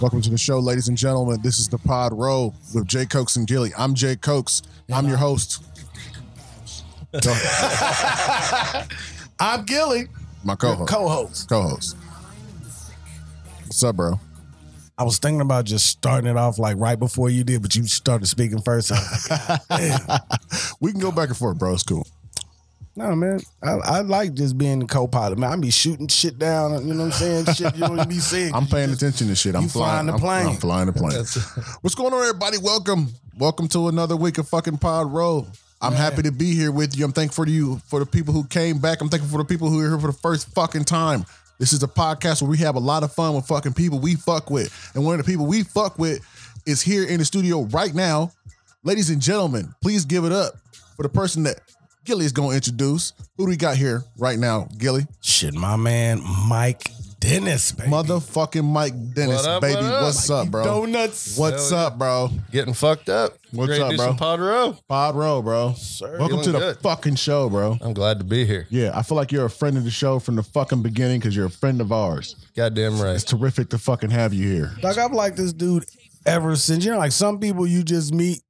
Welcome to the show, ladies and gentlemen. This is the Pod Row with Jay Cokes and Gilly. I'm Jay Cokes. I'm your host. I'm Gilly, My your co-host. co-host. co-host. What's up, bro? I was thinking about just starting it off like right before you did, but you started speaking first. I was like, We can go back and forth, bro. It's cool. no, man, I, I like just being the co-pilot. Man, I be shooting shit down. You know what I'm saying? Shit, you don't even be seeing. I'm paying attention to shit. I'm you flying flying, the I'm- plane. I'm flying the plane. That's- What's going on, everybody? Welcome, welcome to another week of fucking Pod Row. I'm happy to be here with you. I'm thankful to you for the people who came back. I'm thankful for the people who are here for the first fucking time. This is a podcast where we have a lot of fun with fucking people we fuck with, and one of the people we fuck with is here in the studio right now. Ladies and gentlemen, please give it up for the person that Gilly is going to introduce. Who do we got here right now, Gilly? Shit, my man, Mike Dennis, baby. Motherfucking Mike Dennis, What up, baby. what up? What's up, bro? donuts. What's Hell yeah. up, bro? Getting fucked up. What's Ready to up, do bro? Some pod row. Pod Row, bro. Welcome Feeling to the good. fucking show, bro. I'm glad to be here. Yeah, I feel like you're a friend of the show from the fucking beginning because you're a friend of ours. Goddamn right. It's terrific to fucking have you here. Like I've liked this dude ever since. You know, like some people you just meet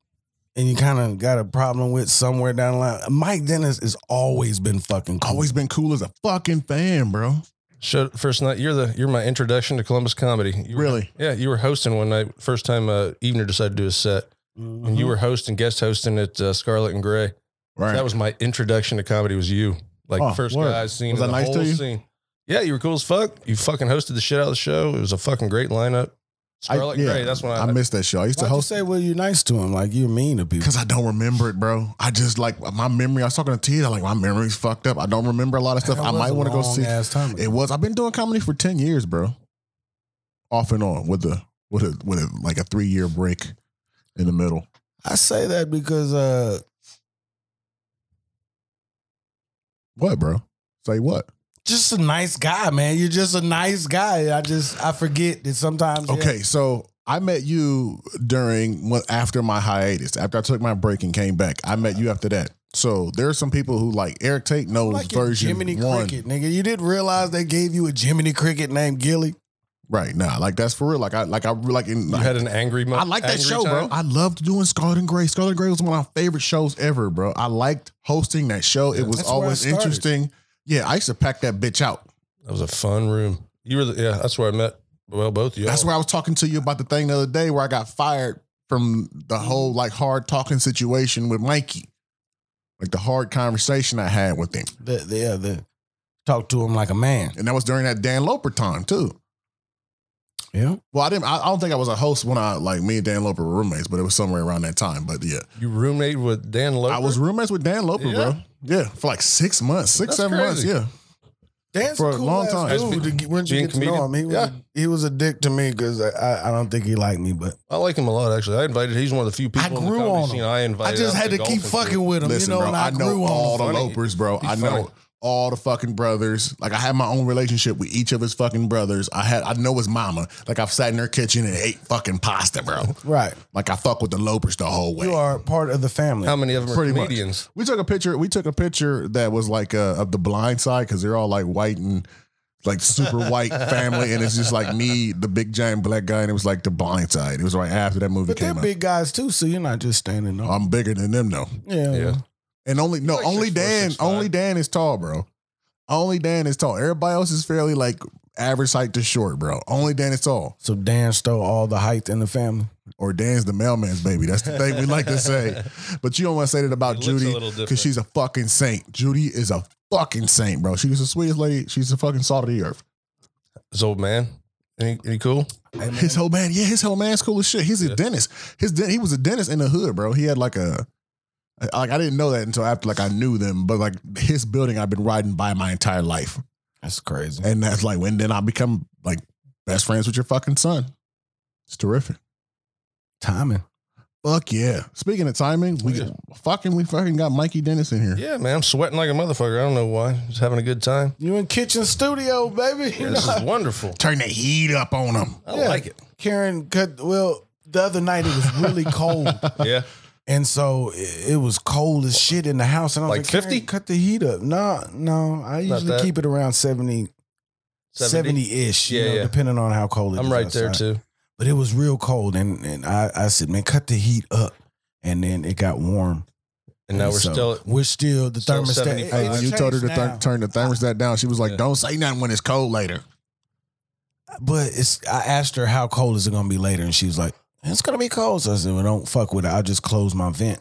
and you kind of got a problem with somewhere down the line. Mike Dennis has always been fucking cool. Always been cool as a fucking fan, bro. Showed, first night, you're the you're my introduction to Columbus comedy. You were- Really? yeah, you were hosting one night. First time uh, Evener decided to do a set, Mm-hmm. and you were hosting, guest hosting at uh, Scarlet and Gray. Mm-hmm. Right. That was my introduction to comedy. Was you like Oh, first word. guy I seen? Was in I the nice to whole you? Scene. Yeah, you were cool as fuck. You fucking hosted the shit out of the show. It was a fucking great I- lineup. Scarlet yeah, and Gray. That's when I, I missed that show. I used Why'd to you host say, well, you're nice to him, like you're mean to people. because I don't remember it, bro. I just like my memory. I was talking to T. I'm like my memory's fucked up. I don't remember a lot of stuff. I might want to go see. It was. I've been doing comedy for ten years, bro. Off and on with the with a with a like a three year break in the middle. I say that because uh, What, bro? Say what? just a nice guy, man. You're just a nice guy. I just I forget that sometimes. yeah. Okay, so I met you during well, after my hiatus, after I took my break and came back. I met you after that. So there are some people who like Eric Tate knows Like your version Jiminy one. Cricket, nigga. You didn't realize they gave you a Jiminy Cricket named Gilly. Right now, like that's for real. Like I like I like in. you had an angry moment. I like that show, bro. I loved doing Scarlet and Gray. Scarlet and Gray was one of my favorite shows ever, bro. I liked hosting that show. it was That's where I always started. interesting. Yeah, I used to pack that bitch out. That was a fun room. You were, the, yeah, that's where I met. Well, both of you. That's where I was talking to you about the thing the other day where I got fired from the Mm-hmm. whole like hard talking situation with Mikey. Like the hard conversation I had with him. The, the, yeah, the talk to him like a man. And that was during that Dan Loper time too. Yeah. Well, I didn't I, I don't think I was a host when I like me and Dan Loper were roommates, but it was somewhere around that time. But yeah. you roommate with Dan Loper. I was roommates with Dan Loper, bro. Yeah. Yeah. For like six months, six, That's seven months. crazy. Yeah. Dan's For for a a cool long ass time. Dude, As to be- get- once you being get to know comedian. him, he was, Yeah. he was a dick to me because I, I, I don't think he liked me, but I like him a lot, actually. I invited. He's one of the few people. I in the grew comedy on scene him. I I invited. just out had to to keep golf and shit. fucking with him, Listen, you know. bro, and I, I, know grew all on him. the Funny. Lopers, bro. He's I know funny. all the fucking brothers. Like I had my own relationship with each of his fucking brothers. I had I know his mama. Like I've sat in her kitchen and ate fucking pasta, bro. Right, Like I fuck with the Lopers the whole way. you are part of the family. How many of them are Pretty much. comedians? We took a picture. We took a picture that was like uh, of the blind side because they're all like white and like super white family, and it's just like me, the big giant black guy, and it was like the blind side. It was right after that movie But they're came out. big guys too, so you're not just standing up. I'm bigger than them though. yeah, Yeah. And only no, Like only 6'4", Dan, 6'5". only Dan is tall, bro. Only Dan is tall. Everybody else is fairly like average height to short, bro. Only Dan is tall. So Dan stole all the height in the family. Or Dan's the mailman's baby. That's the thing we like to say. But you don't want to say that about He looks a Judy little different. because she's a fucking saint. Judy is a fucking saint, bro. She was the sweetest lady. She's the fucking salt of the earth. This old man. Any, any cool? Hey, man, His whole man, yeah, his whole man's cool as shit. He's a Yeah. dentist. His den- he was a dentist in the hood, bro. He had like a I- like I didn't know that until after like I knew them, but like his building I've been riding by my entire life. that's crazy. And that's like when then I become like best friends with your fucking son. It's terrific. Timing. Fuck yeah. Speaking of timing, we Oh, Yeah. fucking we fucking got Mikey Dennis in here. Yeah, man. I'm sweating like a motherfucker. I don't know why. Just having a good time. You in kitchen studio, baby. Yeah, this is wonderful. Turn the heat up on him. I Yeah. like it. Karen cut. Well, the other night it was really cold. Yeah. And so it, it was cold as shit in the house. And I was Like like, 50? "Karen, Cut the heat up. No, no. I Not usually that. keep it around 70, 70. 70 ish, Yeah, you know, yeah. depending on how cold it is. I'm right there outside. too. But it was real cold, and and I, I said, man, cut the heat up, and then it got warm. And now we're So, still. we're still the still thermostat. 75. Hey, it's you told her to changed now. th- turn the thermostat down. She was like, Yeah. "Don't say nothing when it's cold later." But it's I asked her how cold is it gonna be later, and she was like, It's gonna be cold. So I said, Well, don't fuck with it. I'll just close my vent.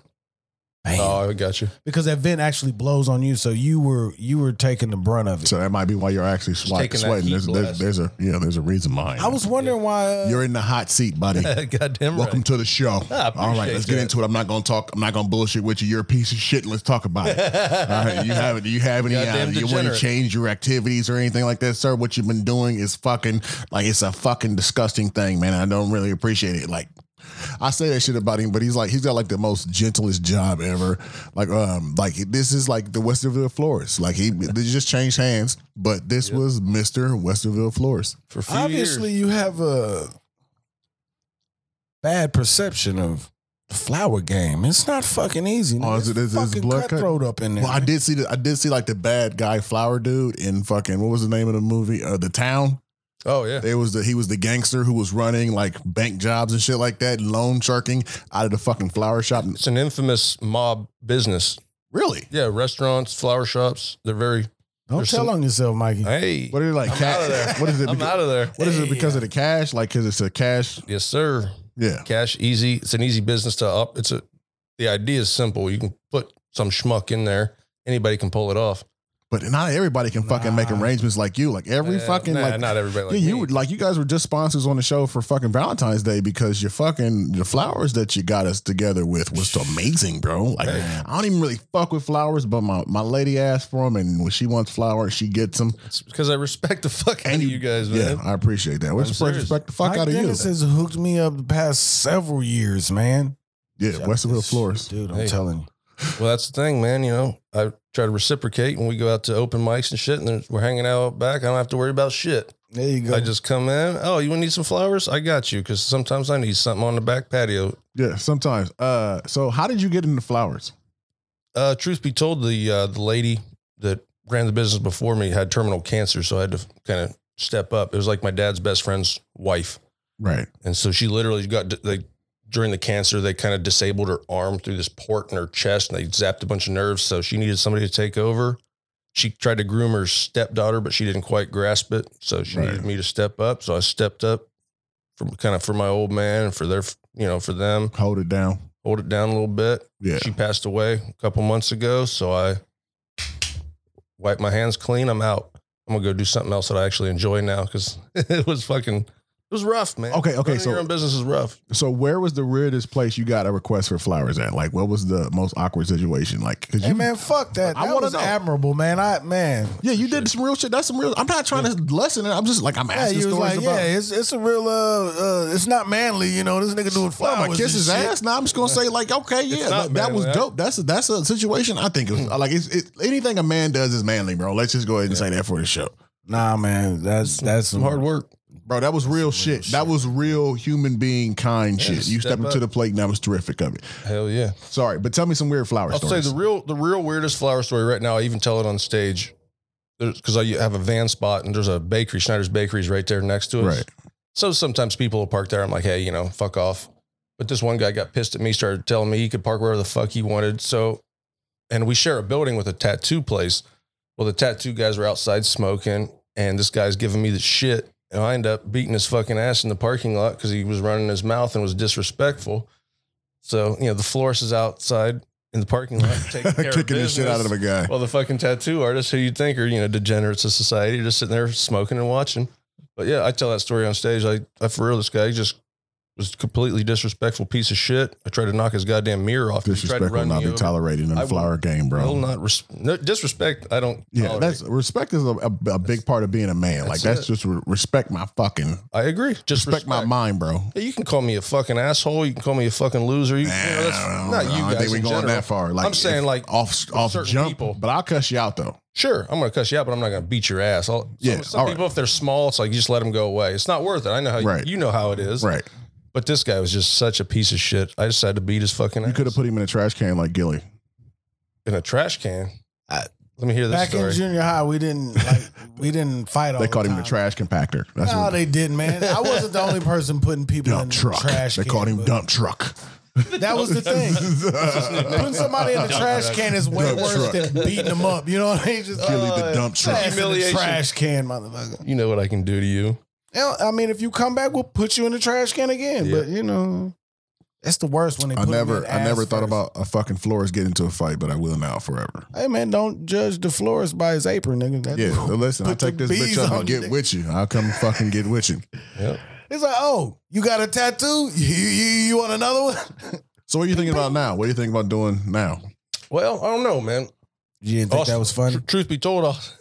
Bam. Oh, I got you. because that vent actually blows on you. So you were you were taking the brunt of it. So that might be why you're actually Just swi- taking that sweating. heat There's, there's, blast. there's a yeah, there's a reason behind. I was wondering why uh, You're in the hot seat, buddy. Goddamn Welcome right. to the show. I appreciate All right, let's get that. into it. I'm not gonna talk. I'm not gonna bullshit with you. You're a piece of shit. Let's talk about it. All right, you have Do you have any? Uh, Goddamn you want to degenerate. change your activities or anything like that, sir? What you've been doing is fucking like it's a fucking disgusting thing, man. I don't really appreciate it. Like, I say that shit about him, but he's like he's got like the most gentlest job ever. Like, um, like this is like the Westerville florist. Like he they just changed hands, but this was Mister Westerville florist. For a few obviously years. you have a bad perception of the flower game. It's not fucking easy. Oh, nigga. is it- is it- is it fucking blood cut? cutthroat up in there? Well, I did see the I did see like the bad guy flower dude in fucking what was the name of the movie? Uh, the town. Oh yeah. It was the he was the gangster who was running like bank jobs and shit like that, and loan sharking out of the fucking flower shop. It's an infamous mob business. Really? Yeah, restaurants, flower shops. They're very. Don't there's tell some- on yourself, Mikey. Hey, What are they like? I'm ca- out of there. What is it? I'm beca- out of there. what is it because of the cash? Like, cause it's a cash. Yes, sir. Yeah. Cash easy. It's an easy business to up. It's a. The idea is simple. You can put some schmuck in there. Anybody can pull it off. But not everybody can fucking make Nah. arrangements like you. Like every Uh, fucking nah, like. not everybody. Like yeah, you me. would like you guys were just sponsors on the show for fucking Valentine's Day because your fucking the flowers that you got us together with was amazing, bro. Like Hey. I don't even really fuck with flowers, but my, my lady asked for them, and when she wants flowers, she gets them. It's because I respect the fuck And out of you- you guys, Yeah, man. I appreciate that. We're I'm supposed to serious. respect the fuck Mike out of you. Dennis has hooked me up the past several years, man. Yeah, Check Westerville this Florist. shit, dude. I'm Hey. telling you. Well, that's the thing, man. You know, I try to reciprocate when we go out to open mics and shit, and then we're hanging out back. I don't have to worry about shit. There you go. I just come in. Oh, you want to need some flowers? I got you. Because sometimes I need something on the back patio. Yeah, sometimes. Uh, so how did you get into flowers? Uh, truth be told, the uh, the lady that ran the business before me had terminal cancer, so I had to kind of step up. It was like my dad's best friend's wife, Right. and so she literally got like during the cancer, they kind of disabled her arm through this port in her chest, and they zapped a bunch of nerves. So she needed somebody to take over. She tried to groom her stepdaughter, but she didn't quite grasp it. So she Right. needed me to step up. So I stepped up from kind of for my old man and for their, you know, for them, Hold it down. hold it down a little bit. Yeah. She passed away a couple months ago, so I wipe my hands clean. I'm out. I'm gonna go do something else that I actually enjoy now because it was fucking, it was rough, man. Okay, okay, Running so- your own business is rough. So where was the weirdest place you got a request for flowers at? Like, what was the most awkward situation? Like, cause Hey you, man, fuck that. I That wanna was know. admirable, man. I man. yeah, you did some real shit. That's some real. I'm not trying to lessen it. I'm just like I'm Yeah, asking you was stories like, about. yeah, it's it's a real uh, uh it's not manly, you know. This nigga doing I'm flowers. gonna kiss and his shit. ass. Now I'm just gonna say like, okay, yeah, not like, that was manly. dope. That's a, that's a situation. I think it was like it's, it, anything a man does is manly, bro. Let's just go ahead and say that for the show. Nah, man, that's that's Some hard work. Bro, that was real shit. That was real human being kind Yeah, shit. You step stepping to up. the plate, and that was terrific of it. Hell yeah. Sorry, but tell me some weird flower I'll stories. say the real, the real weirdest flower story right now. I even tell it on stage because I have a van spot and there's a bakery. Schneider's Bakery's right there next to us. Right. So sometimes people will park there. I'm like, hey, you know, fuck off. But this one guy got pissed at me, started telling me he could park wherever the fuck he wanted. So, and we share a building with a tattoo place. Well, the tattoo guys were outside smoking, and this guy's giving me the shit. And I end up beating his fucking ass in the parking lot because he was running his mouth and was disrespectful. So, you know, the florist is outside in the parking lot taking care Kicking the of shit out of a guy. Well, the fucking tattoo artists who you'd think are, you know, degenerates of society are just sitting there smoking and watching. But yeah, I tell that story on stage. I, I for real, this guy just was a completely disrespectful piece of shit. I tried to knock his goddamn mirror off. He tried to Disrespect will run not me be over. tolerated in the I will- flower game, bro. Will not res- no, disrespect. I don't. yeah, tolerate. that's respect is a, a, a big part of being a man. Like that's That's just re- respect my fucking respect, I agree. Just respect, my mind, bro. Hey, you can call me a fucking asshole. You can call me a fucking loser. You, you know, that's Nah, not you I don't guys. think we're in going general. that far. Like I'm saying, if- like, off off certain jump, people. but I'll cuss you out though. Sure, I'm gonna cuss you out, but I'm not gonna beat your ass. I'll, Yeah, some, some all right. people, if they're small, it's like you just let them go away. It's not worth it. I know how you- Right. you, know how it is. Right? But this guy was just such a piece of shit. I decided to beat his fucking You ass could have put him in a trash can like Gilly. in a trash can. Let me hear this Back story. in junior high, we didn't like we didn't fight. All They called the him the time. trash compactor. That's No, what they didn't, man. I wasn't the only person putting people in dump the truck. trash. they can, called him but dump truck. That was the thing. putting somebody in the trash can is way Dump worse truck. than beating them up. You know what I mean? Just Billy the dump truck. trash in the Humiliation. trash can, motherfucker. you know what I can do to you. You know, I mean, if you come back, we'll put you in the trash can again. Yeah. But you know, it's the worst when they. I put 'em never, in I never ass thought first. about a fucking Flores getting into a fight, but I will now forever. Hey man, don't judge the florist by his apron, nigga. That- Yeah, well, listen, I Put take the this bitch bees up on and you, get nigga. with you. I'll come fucking get with you. Yep. It's like, oh, you got a tattoo? You you, you want another one? So what are you thinking about now? What are you thinking about doing now? Well, I don't know, man. You didn't think Austin- that was funny? tr- truth be told, Aus-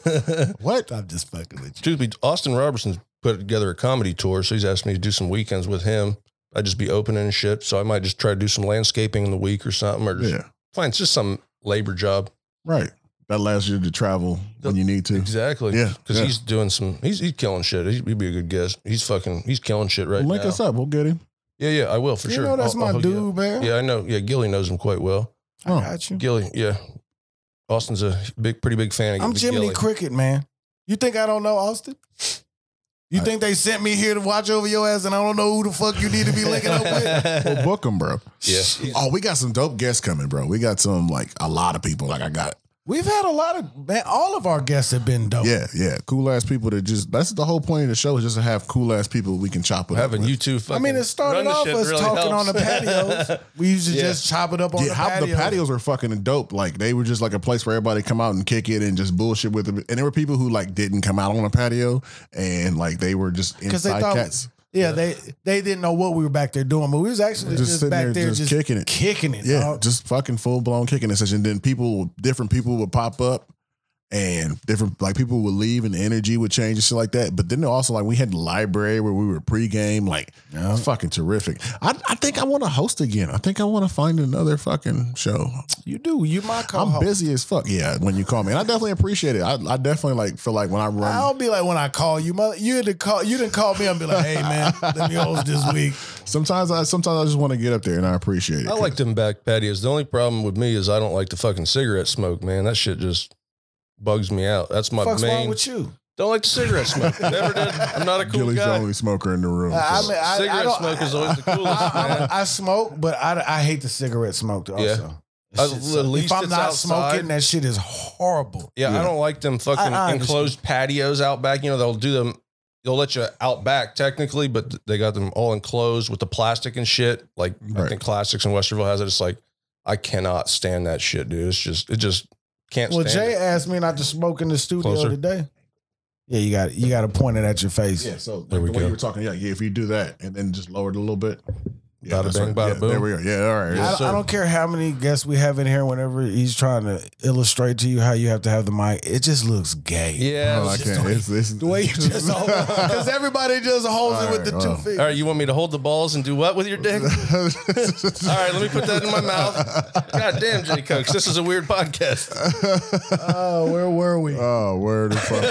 What? I'm just fucking with you. truth be Austin Robertson's put together a comedy tour, so he's asked me to do some weekends with him. I'd just be opening and shit, so I might just try to do some landscaping in the week or something, or just Yeah, find just some labor job. right. That allows you to travel when you need to. Exactly. Yeah, Because yeah. he's doing some, he's he's killing shit. He'd he'd be a good guest. He's fucking, he's killing shit right Link now. us up. We'll get him. Yeah, yeah, I will for you sure. know that's I'll- my I'll hook you up. dude, man. Yeah, I know. Yeah, Gilly knows him quite well. I got you. Gilly, yeah. Austin's a big, pretty big fan of I'm of Jiminy Gilly. Cricket, man. You think I don't know Austin? You I- think they sent me here to watch over your ass and I don't know who the fuck you need to be linking up with? We'll book him, bro. Yeah. Oh, we got some dope guests coming, bro. We got some like a lot of people. Like I got, We've had a lot of man, all of our guests have been dope. yeah, yeah, cool ass people that just. That's the whole point of the show is just to have cool ass people we can chop it up Having with. you two fucking I mean, it run started the off shit us really talking helps. on the patios. We used to Yeah. just chop it up on Yeah, the, how patio. the patios were fucking dope. Like they were just like a place where everybody come out and kick it and just bullshit with them. And there were people who like didn't come out on a patio and like they were just Because they inside thought- cats. Yeah, they they didn't know what we were back there doing, but we was actually Just just, sitting back there there, just just, kicking it. kicking it. Yeah, dog. just fucking full blown kicking it session. Then people, different people would pop up and different, like people would leave and the energy would change and shit like that. But then also, like, we had the library where we were pregame. Like, Yeah. it's fucking terrific. I, I think I want to host again. I think I want to find another fucking show. you do. You my co I'm busy as fuck. Yeah, when you call me. And I definitely appreciate it. I, I definitely like feel like when I run. I don't be like when I call you, mother. You had to call. You didn't call me and be like, "Hey man, let me host this week." Sometimes I sometimes I just want to get up there and I appreciate it. I like them back patios. The only problem with me is I don't like the fucking cigarette smoke, man. That shit just bugs me out. That's my Fuck's wrong main. with you? Don't like the cigarette smoke. Never did. I'm not a cool Gilly's the guy. only smoker in the room. I, so- mean, I, I cigarette don't- smoke is always the coolest, I, I'm- man. I smoke, but I, I hate the cigarette smoke. Also, Yeah. Uh, That shit At sucks. if least I'm it's not outside. smoking, that shit is horrible. Yeah, I don't like them fucking I- I enclosed patios out back. You know, they'll do them. They'll let you out back technically, but they got them all enclosed with the plastic and shit. Like I Right. think Classics in Westerville has it. It's like I cannot stand that shit, dude. It's just it just can't. Well, stand Jay it. asked me not to smoke in the studio Closer. today. Yeah, you got you got to point it at your face. Yeah, so There like, we the way go. you were talking, yeah, yeah, if you do that and then just lower it a little bit. Yeah, Bada that's bing, right. bada yeah, There boom. we go. Yeah, all right. Yes, I, sir. I don't care how many guests we have in here. Whenever he's trying to illustrate to you how you have to have the mic, it just looks gay. Yeah. No, oh, I it's- can't. It's, it's, the way you just because everybody just holds it with the All right, well. two feet. all right, you want me to hold the balls and do what with your dick? All right, let me put that in my mouth. God damn, Jenny Cooks, this is a weird podcast. Oh, where were we? oh, where the fuck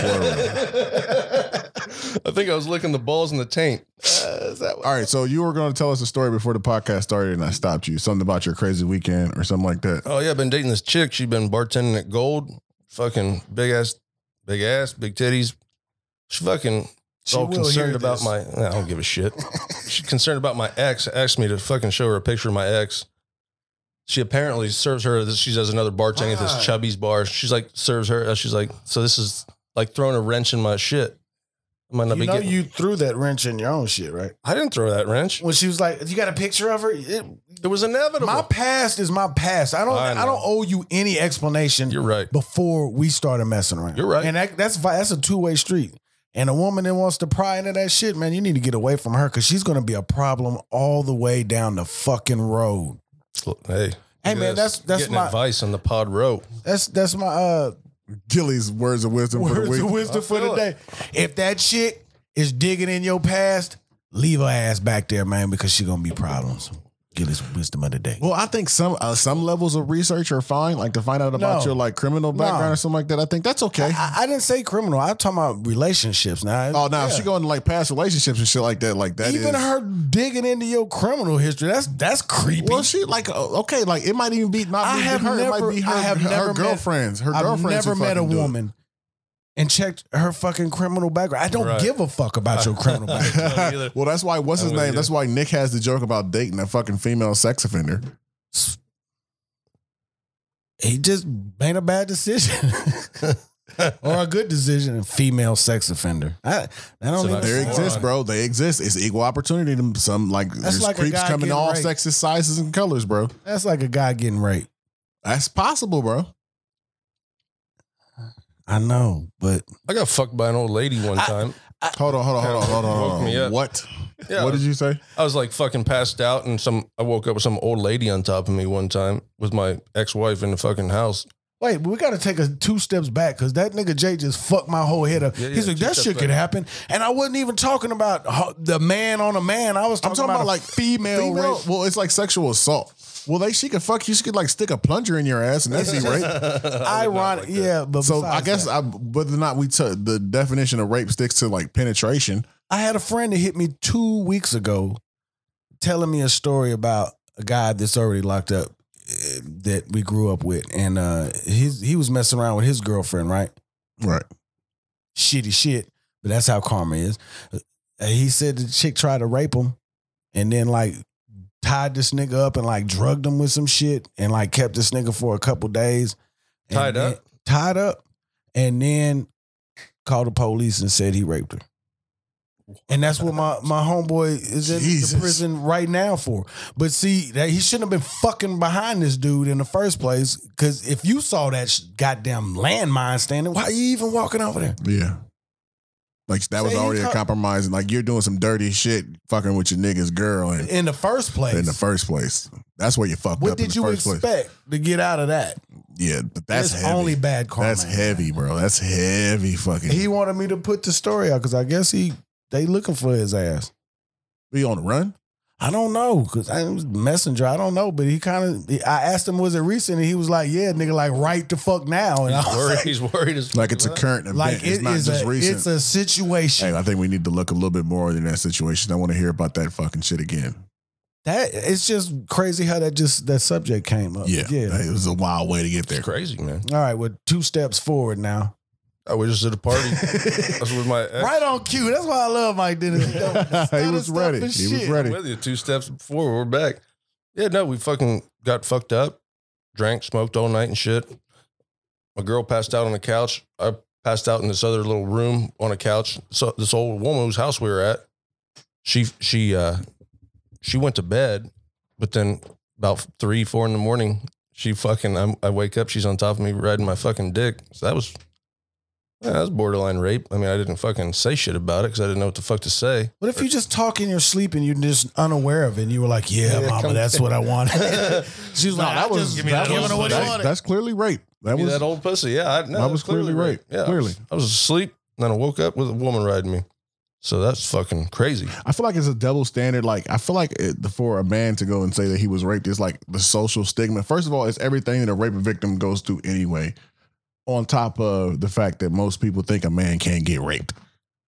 were we? I think I was licking the balls in the taint. All right, so you were going to tell us a story before the podcast started, and I stopped you. Something about your crazy weekend or something like that. Oh yeah, I've been dating this chick. She's been bartending at Gold. Fucking big ass, big ass, big titties. She fucking She all will concerned hear about this. my. nah, I don't give a shit. She's concerned about my ex. Asked me to fucking show her a picture of my ex. She apparently serves her. this- She does another bartending at Why? this Chubby's bar. She's like serves her. uh, She's like, so this is like throwing a wrench in my shit. I might not You be know, getting. you threw that wrench in your own shit, right? I didn't throw that wrench. When she was like, "You got a picture of her?" It- It was inevitable. my past is my past. I don't. I I, know. don't owe you any explanation. You're right. Before we started messing around, You're right. and that, that's vi- that's a two way street. And a woman that wants to pry into that shit, man, you need to get away from her because she's gonna be a problem all the way down the fucking road. Hey. Hey, look at man, that's- this. that's Getting my- advice on the pod rope. That's that's my uh Gilly's words of wisdom for the words week. of wisdom I for feel the day. If that shit is digging in your past, leave her ass back there, man, because she gonna be problems. Get his wisdom of the day. Well, I think some uh, some levels of research are fine, like to find out about No. your like criminal background No. or something like that. I think that's okay. I, I didn't say criminal. I'm talking about relationships now. oh, now if Yeah. she going to like past relationships and shit like that, like that. Even is- her digging into your criminal history, that's that's creepy. Well, she like uh, okay, like it might even be not. I be have her. it never- might be her. I have her never met- girlfriends. Her I've girlfriends. who never met a fucking do it. woman and checked her fucking criminal background. I don't Right. give a fuck about your criminal background. Don't either. well, that's why. What's I'm his with name? you. That's why Nick has the joke about dating a fucking female sex offender. He just made a bad decision. or a good decision, a female sex offender. I, I So don't even that's They Moron. exist, bro. They exist. It's equal opportunity. To some like there's like a creeps guy coming in getting all raped. sexes, sizes, and colors, bro. That's like a guy getting raped. That's possible, bro. I know, but I got fucked by an old lady one I- time. Hold on, hold on, hold on, hold on. Woke Hold on. me up. What? Yeah, What did you say? I was like fucking passed out, and some I woke up with some old lady on top of me one time with my ex wife in the fucking house. wait, we got to take a two steps back because that nigga Jay just fucked my whole head up. Yeah, yeah, He's like, two that steps shit could back. happen, and I wasn't even talking about ho- the man on a man. I was talking, I'm talking about, a like female, Female, rape. well, it's like sexual assault. Well, they she could fuck you. She could like stick a plunger in your ass, and that's rape. I would not Ironic, like that. yeah. But So I besides guess that, I, whether or not we took the definition of rape sticks to like penetration. I had a friend that hit me two weeks ago, telling me a story about a guy that's already locked up eh, that we grew up with, and uh, his he was messing around with his girlfriend, right? Right. shitty shit, but that's how karma is. Uh, He said the chick tried to rape him and then like tied this nigga up and like drugged him with some shit and like kept this nigga for a couple days. And Tied then- up? Tied up. And then called the police and said he raped her. And that's what my, my homeboy is in Jesus. the prison right now for. But see, that he shouldn't have been fucking behind this dude in the first place. Because if you saw that sh- goddamn landmine standing, why you even walking over there? Yeah. Like that was Say you already a co- compromise. and, Like you're doing some dirty shit, fucking with your niggas girl, and in the first place. in the first place, that's where you fucked what up. in did the you first expect Place. to get out of that? Yeah, but that's It's heavy. only bad karma. that's heavy, bro. That's heavy, fucking. He wanted me to put the story out because I guess he they looking for his ass. Be on the run. I don't know because I was messenger. I don't know, but he kind of. I asked him, was it recent? And he was like, yeah, nigga, like right the fuck now. And I He's was like, worried. He's worried as Like it's a current event. like it's it not is just a, recent. it's a situation Hey, I think we need to look a little bit more in that situation. I want to hear about that fucking shit again. that it's just crazy how that just that subject came up. Yeah, Hey, it was a wild way to get there. It's crazy, man. All right, well, two steps forward now. I was just at a party. I was with my ex. Right on cue. That's why I love Mike Dennis. He don't stutter, he was stuff ready. and He was shit. ready. I'm with you. Two steps before we're back. Yeah, no, we fucking got fucked up, drank, smoked all night and shit. My girl passed out on the couch. I passed out in this other little room on a couch. So this old woman whose house we were at, she she uh she went to bed, but then about three four in the morning, she fucking I'm, I wake up. She's on top of me riding my fucking dick. So that was. yeah, that was borderline rape. I mean, I didn't fucking say shit about it because I didn't know what the fuck to say. What if you just talk in your sleep and you're just unaware of it and you were like, yeah, Yeah, mama, come- that's what I want. she was No, like, that I was just give me that that giving old her what she steak. wanted. That's clearly rape. That Give me was that old pussy. Yeah, I, no, that that's was clearly rape. Yeah, I was- Clearly. I was, asleep and then I woke up with a woman riding me. So that's fucking crazy. I feel like it's a double standard. Like I feel like it, for a man to go and say that he was raped is like the social stigma. First of all, it's everything that a rape victim goes through anyway. On top of the fact that most people think a man can't get raped.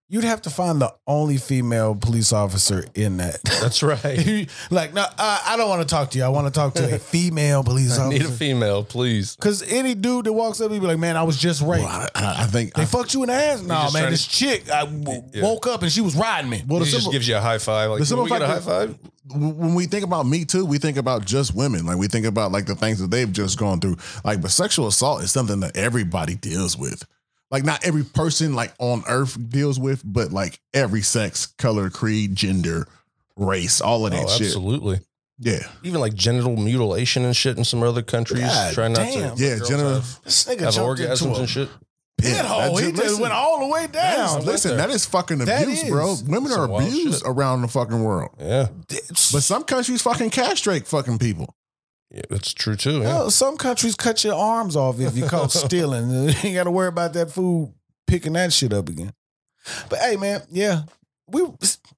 You'd have to find the only female police officer in that. That's right. You- like, no, I, I don't want to talk to you. I want to talk to a female police I need a officer. female, please. Because any dude that walks up, he'd be like, man, I was just raped. Well, I, I- I think they fucked you in the ass? No, just man, trying this chick I w- Yeah. woke up and she was riding me. well, the he just simple- gives you a high five. the Like, can simple we get a high fact five? when we think about Me Too, we think about just women. Like we think about like the things that they've just gone through. Like, but sexual assault is something that everybody deals with. Like not every person like on earth deals with, but like every sex, color, creed, gender, race, all of that Oh, shit. absolutely. Yeah. Even like genital mutilation and shit in some other countries. God Try not damn. to. Yeah, girls genital- Have, This nigga have jumped orgasms into a and shit. pit hole. That He ju- just listen, went all the way that down. is- listen, that is fucking That abuse, is. bro. Women are Some wild abused shit. around the fucking world. Yeah. But some countries fucking castrate fucking people. yeah. That's true too. Yeah. Oh. Hell, some countries cut your arms off if you caught stealing. You ain't got to worry about that food picking that shit up again. But hey, man, yeah, we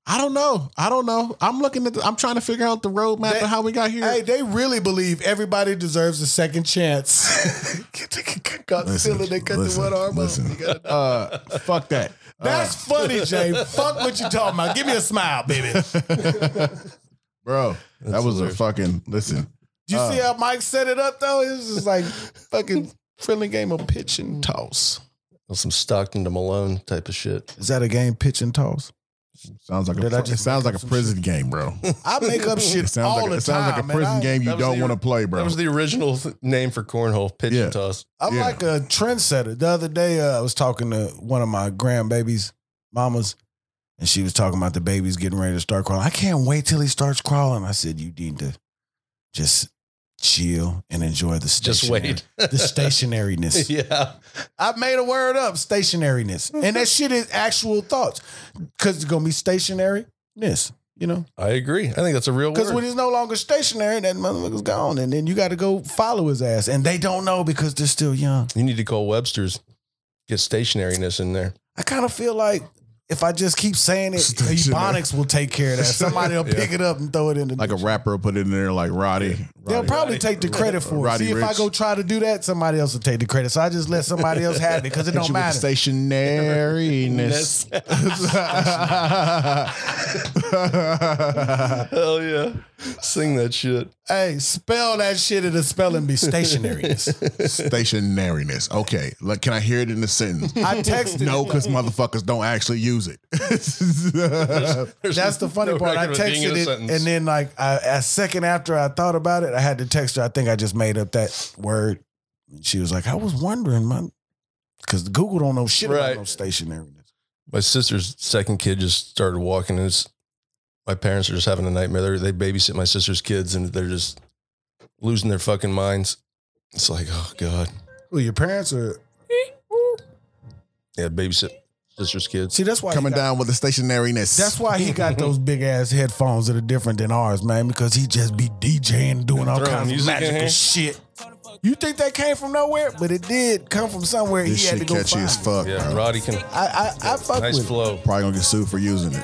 I don't know. I don't know. I'm looking at. The, I'm trying to figure out the roadmap That- of how we got here. Hey, they really believe everybody deserves a second chance. Godzilla, they cut the listen, one arm listen. off. You gotta- Uh, fuck that. That's funny, Jay. Fuck what you talking about. Give me a smile, baby. Did bro. That was a fucking listen. you see Uh. how Mike set it up though? It was just like fucking friendly game of pitch and toss. some Stockton to Malone type of shit. Is that a game pitch and toss? Sounds like a Did I pri- just it sounds like a some prison game, bro. I make up shit It sounds all like the it sounds time. like a man. prison I- game you That was don't the- want to play, That bro. was the original th- name for cornhole, pitch Yeah. and toss. I'm Yeah. like a trendsetter. The other day, uh, I was talking to one of my grandbabies' mamas, and she was talking about the baby's getting ready to start crawling. I can't wait till he starts crawling. I said, You need to just chill and enjoy the Just stationary, wait. the stationariness. yeah. I made a word up, stationariness. And that shit is actual thoughts. Cause it's gonna be stationariness, you know? I agree. I think that's a real Because word. when he's no longer stationary, that motherfucker's gone. And then you gotta go follow his ass. And they don't know because they're still young. you need to call Webster's. Get stationariness in there. I kind of feel like if I just keep saying it, Stationary. Ebonics will take care of that. Somebody will Yeah. pick it up and throw it in the. like a rapper will put it in there, like Roddy. They'll Roddy- probably take the credit for it. Roddy See, if I Ricch. go try to do that, somebody else will take the credit. So I just let somebody else have it because it Hit don't you with the matter. stationariness. Hell yeah. Sing that shit. Hey, spell that shit in the spelling be stationariness. stationariness. Okay, like can I hear it in a sentence? I texted. No, because motherfuckers don't actually use it. That's the funny no part. I record of being in texted a it, sentence. and then like I, a second after I thought about it, I had to text her. I think I just made up that word. And she was like, "I was wondering, man, because Google don't know shit Right. about no stationariness." My sister's second kid just started walking. And it's, my parents are just having a nightmare. They, they babysit my sister's kids and they're just losing their fucking minds. It's like, oh God. Well, your parents are. Yeah, babysit sister's kids. See, that's why he Coming got- down with the stationariness. That's why he got those big ass headphones that are different than ours, man. Because he just be DJing, doing all Throwing kinds of music in magical here. shit. You think that came from nowhere, but it did come from somewhere. this he had to shit go catchy find. as it. fuck. Yeah, bro. Roddy can. I I, I fuck Nice with. it. flow. Probably gonna get sued for using it.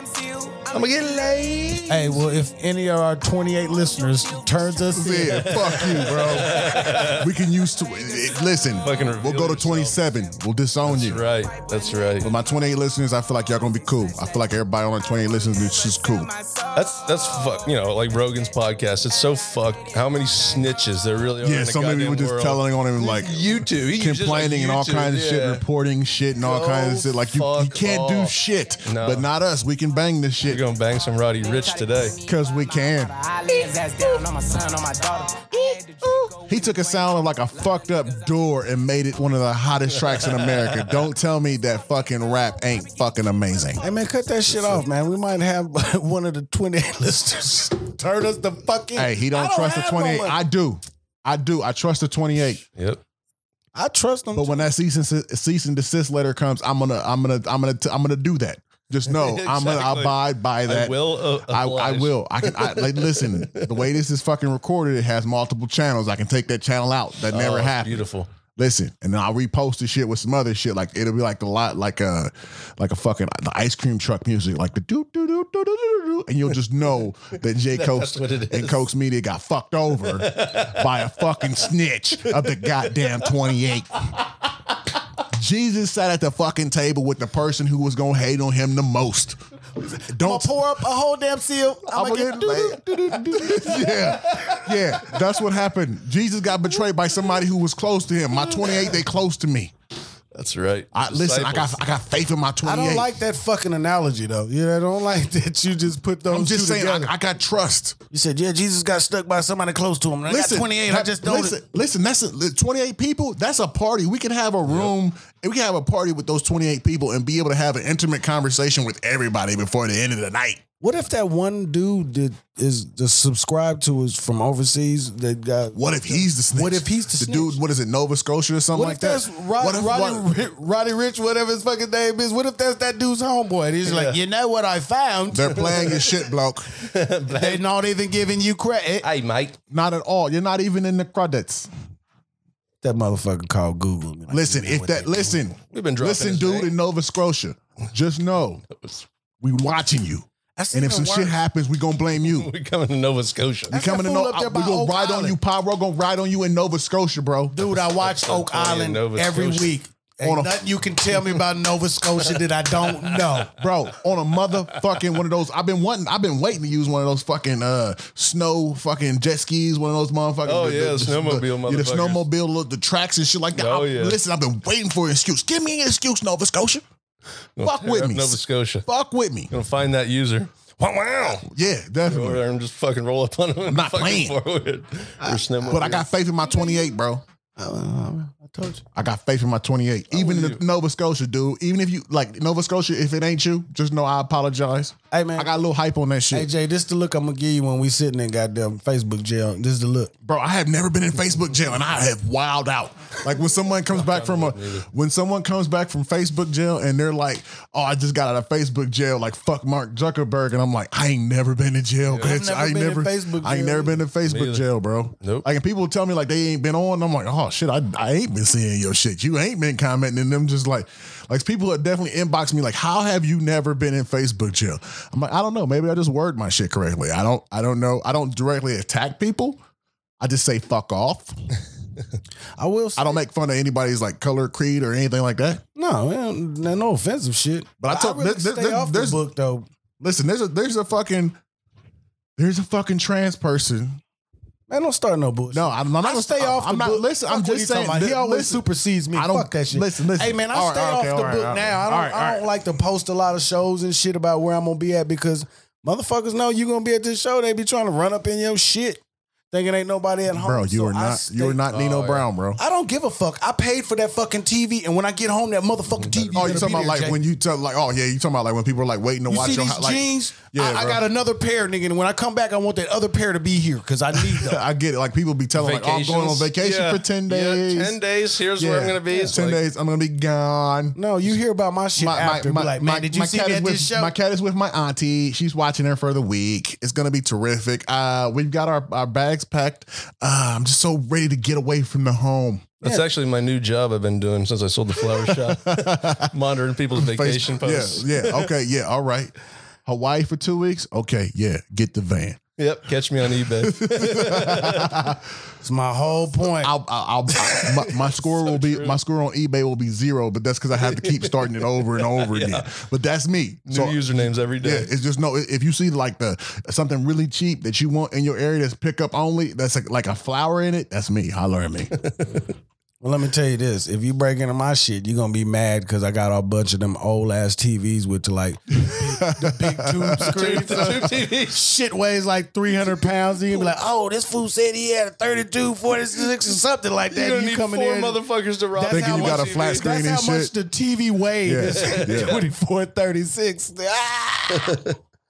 I'm gonna get laid. Hey, well, if any of our 28 listeners turns us in, Yeah, fuck you, bro. We can use to it- listen. Fucking we'll reveal go to yourself. 27. We'll disown you. That's right. That's right. But my 28 listeners, I feel like y'all gonna be cool. I feel like everybody on our 28 listeners is just cool. That's that's fuck. You know, like Rogan's podcast. It's so fucked. How many snitches there really are? Yeah, in the so many people goddamn just world. telling on him like YouTube, He's just like complaining and all YouTube, kinds of yeah. shit, reporting shit and all Go kinds of shit. Like you, you fuck can't do off. shit. No. But not us. We can bang this We're shit gonna bang some Roddy Rich today. because we can. I lay his ass down on my son, on my daughter. I had to drink He took a sound of like a fucked up door and made it one of the hottest tracks in America. Don't tell me that fucking rap ain't fucking amazing. hey man, cut that shit off, man. We might have one of the 28 listeners turn us the fucking. Hey, he don't, trust the 28. I I, do. I do. I trust the 28. Yep. I trust them. But when that cease and, cease and desist letter comes, I'm gonna I'm gonna I'm gonna t- I'm gonna do that. Just know I'm gonna Exactly. abide by that. I will. Uh, I, I oblige. will. I can. I, like, listen, the way this is fucking recorded, it has multiple channels. I can take that channel out. That Oh, never happened. Beautiful. Listen, and then I'll repost the shit with some other shit. Like it'll be like a lot, like a, like a fucking the ice cream truck music, like the doo doo doo doo doo doo doo, and you'll just know that J Coast what it and is. Coax Media got fucked over by a fucking snitch of the goddamn twenty eight. Jesus sat at the fucking table with the person who was gonna hate on him the most. Don't pour up a whole damn seal, I'm, I'ma gonna get. get laid. yeah, yeah, that's what happened. Jesus got betrayed by somebody who was close to him. My Mm. 28, they close to me. That's right. I listen. I got Disciples. I got faith in my 28. I don't like that fucking analogy though. You know, I don't like that you just put those I'm just two saying, together. I, I got trust. you said, yeah, Jesus got stuck by somebody close to him. And Listen, I got 28. I that- just noticed. listen. Listen, that's a, 28 people. That's a party. We can have a room. We can have a party with those 28 people and be able to have an intimate conversation with everybody before the end of the night. What if that one dude that is the subscribed to is from overseas that got What if he's the snitch? What if he's the snitch? dude? What is it, Nova Scotia or something What like if that? that's Rod, What if- Roddy, what- Ri- Roddy Rich, whatever his fucking name is? What if that's that dude's homeboy? And he's like, you know what I found? they're playing your shit, block. They're not even giving you credit. Hey, mate. Not at all. You're not even in the credits. That motherfucker called Google. Like, Listen, you know if what that they do. listen, We've been dropping. listen, his dude, name. in Nova Scotia, just know we watching you. That's And if some even shit worse. happens, we gonna blame you. We're coming to Nova Scotia. We That's that coming to fool know up there we by gonna Oak ride on Island. you, Pop. We're gonna ride on you in Nova Scotia, bro. Dude, I watch That's Oak like Tony in Island Nova every Scotia. week. Ain't On a- nothing you can tell me about Nova Scotia that I don't know. Bro, on a motherfucking one of those. I've been wanting. I've been waiting to use one of those fucking uh snow fucking jet skis. One of those motherfucking. Oh, yeah, snowmobile the, yeah, the motherfuckers. snowmobile, look, the tracks and shit like that. Oh, I- yeah. Listen, I've been waiting for an excuse. Give me an excuse, Nova Scotia. Fuck with me. Oh, Nova Scotia. Oh, Fuck with me. Gonna find that user. Wow, wow. Yeah, Go over definitely. there and just fucking roll up on him. I'm not playing. Uh, Forward. I, But I got faith in my 28, bro. I told you. I got faith in my 28. Even in with the Nova Scotia, dude. Even if you like Nova Scotia, if it ain't you, just know I apologize. Hey man, I got a little hype on that shit. hey Jay, this the look I'm gonna give you when we sitting in goddamn Facebook jail. This is the look. Bro, I have never been in Facebook jail and I have wild out. Like when someone comes back from a when someone comes back from Facebook jail and they're like, Oh, I just got out of Facebook jail, like fuck Mark Zuckerberg. And I'm like, I ain't never been in jail, bitch. never I ain't been in never Facebook I ain't jail never been in Facebook either. jail, bro. Nope. Like and people tell me like they ain't been on. I'm like, oh shit, I, I ain't been seeing your shit. You ain't been commenting and them just like like people have definitely inboxed me like, how have you never been in Facebook jail? I'm like, I don't know. Maybe I just word my shit correctly. I don't I don't know. I don't directly attack people. I just say fuck off. I will. Say, I don't make fun of anybody's like color, creed, or anything like that. no, man, no, no offensive shit. But I told- really there- there- stay there- off the there's- book though. Listen, there's a there's a fucking there's a fucking trans person. Man, don't start no bullshit. No, I'm, I'm not I gonna stay off. I'm the not. book. Listen, I'm Fuck what just he saying. talking about. He th- always listen, supersedes me. I don't- Fuck that shit. listen, listen. Hey man, I All right, stay okay, off all the right, book all right. now. I don't. All right, all I don't right. like to post a lot of shows and shit about where I'm gonna be at because motherfuckers know you gonna be at this show. They be trying to run up in your shit, thinking ain't nobody at home. bro. You Oh, So are I not. stay- You are not Nino Oh, yeah. Brown, bro. I don't give a fuck. I paid for that fucking TV, and when I get home, that motherfucking TV. Oh, you better talking be about there, like Jay. when you tell like oh yeah, you talking about like when people are like waiting to You watch see your these ho- like, jeans? Yeah, I, I bro. got another pair, nigga. And when I come back, I want that other pair to be here because I need them. I get it. Like people be telling like oh, I'm going on vacation Yeah. for ten Yeah, days. ten days. Here's Yeah. where I'm gonna be. It's Ten like, days. I'm gonna be gone. no, you hear about my shit after. be like, man, did you see cat me is at with, this show? My cat is with my auntie. She's watching her for the week. It's gonna be terrific. Uh, we've got our, our bags packed. Uh, I'm just so ready to get away from the home. That's actually my new job I've been doing since I sold the flower shop, monitoring people's vacation Facebook- posts. Yeah, yeah. Okay, yeah. All right. Hawaii for two weeks. Okay, yeah. Get the van. Yep, catch me on eBay. That's my whole point. I'll, I'll, I'll my, my score will be my score on eBay will be zero, but that's because I have to keep starting it over and over again. But that's me. New So- usernames every Yeah, day. it's just no. If you see like the something really cheap that you want in your area that's pickup only, that's like, like a flower in it. That's me. Holler at me. Well, let me tell you this: if you break into my shit, you're gonna be mad because I got a bunch of them old ass TVs with the like the big tube screens. Shit weighs like 300 pounds. And you be like, oh, this fool said he had a 32, 46, or something like that. You're gonna And need you four come in there and- motherfuckers to rob. That's Thinking how you got a much it flat is. screen That's and how shit. much the TV weighed. Yeah, It's yeah. 24, 36. Ah!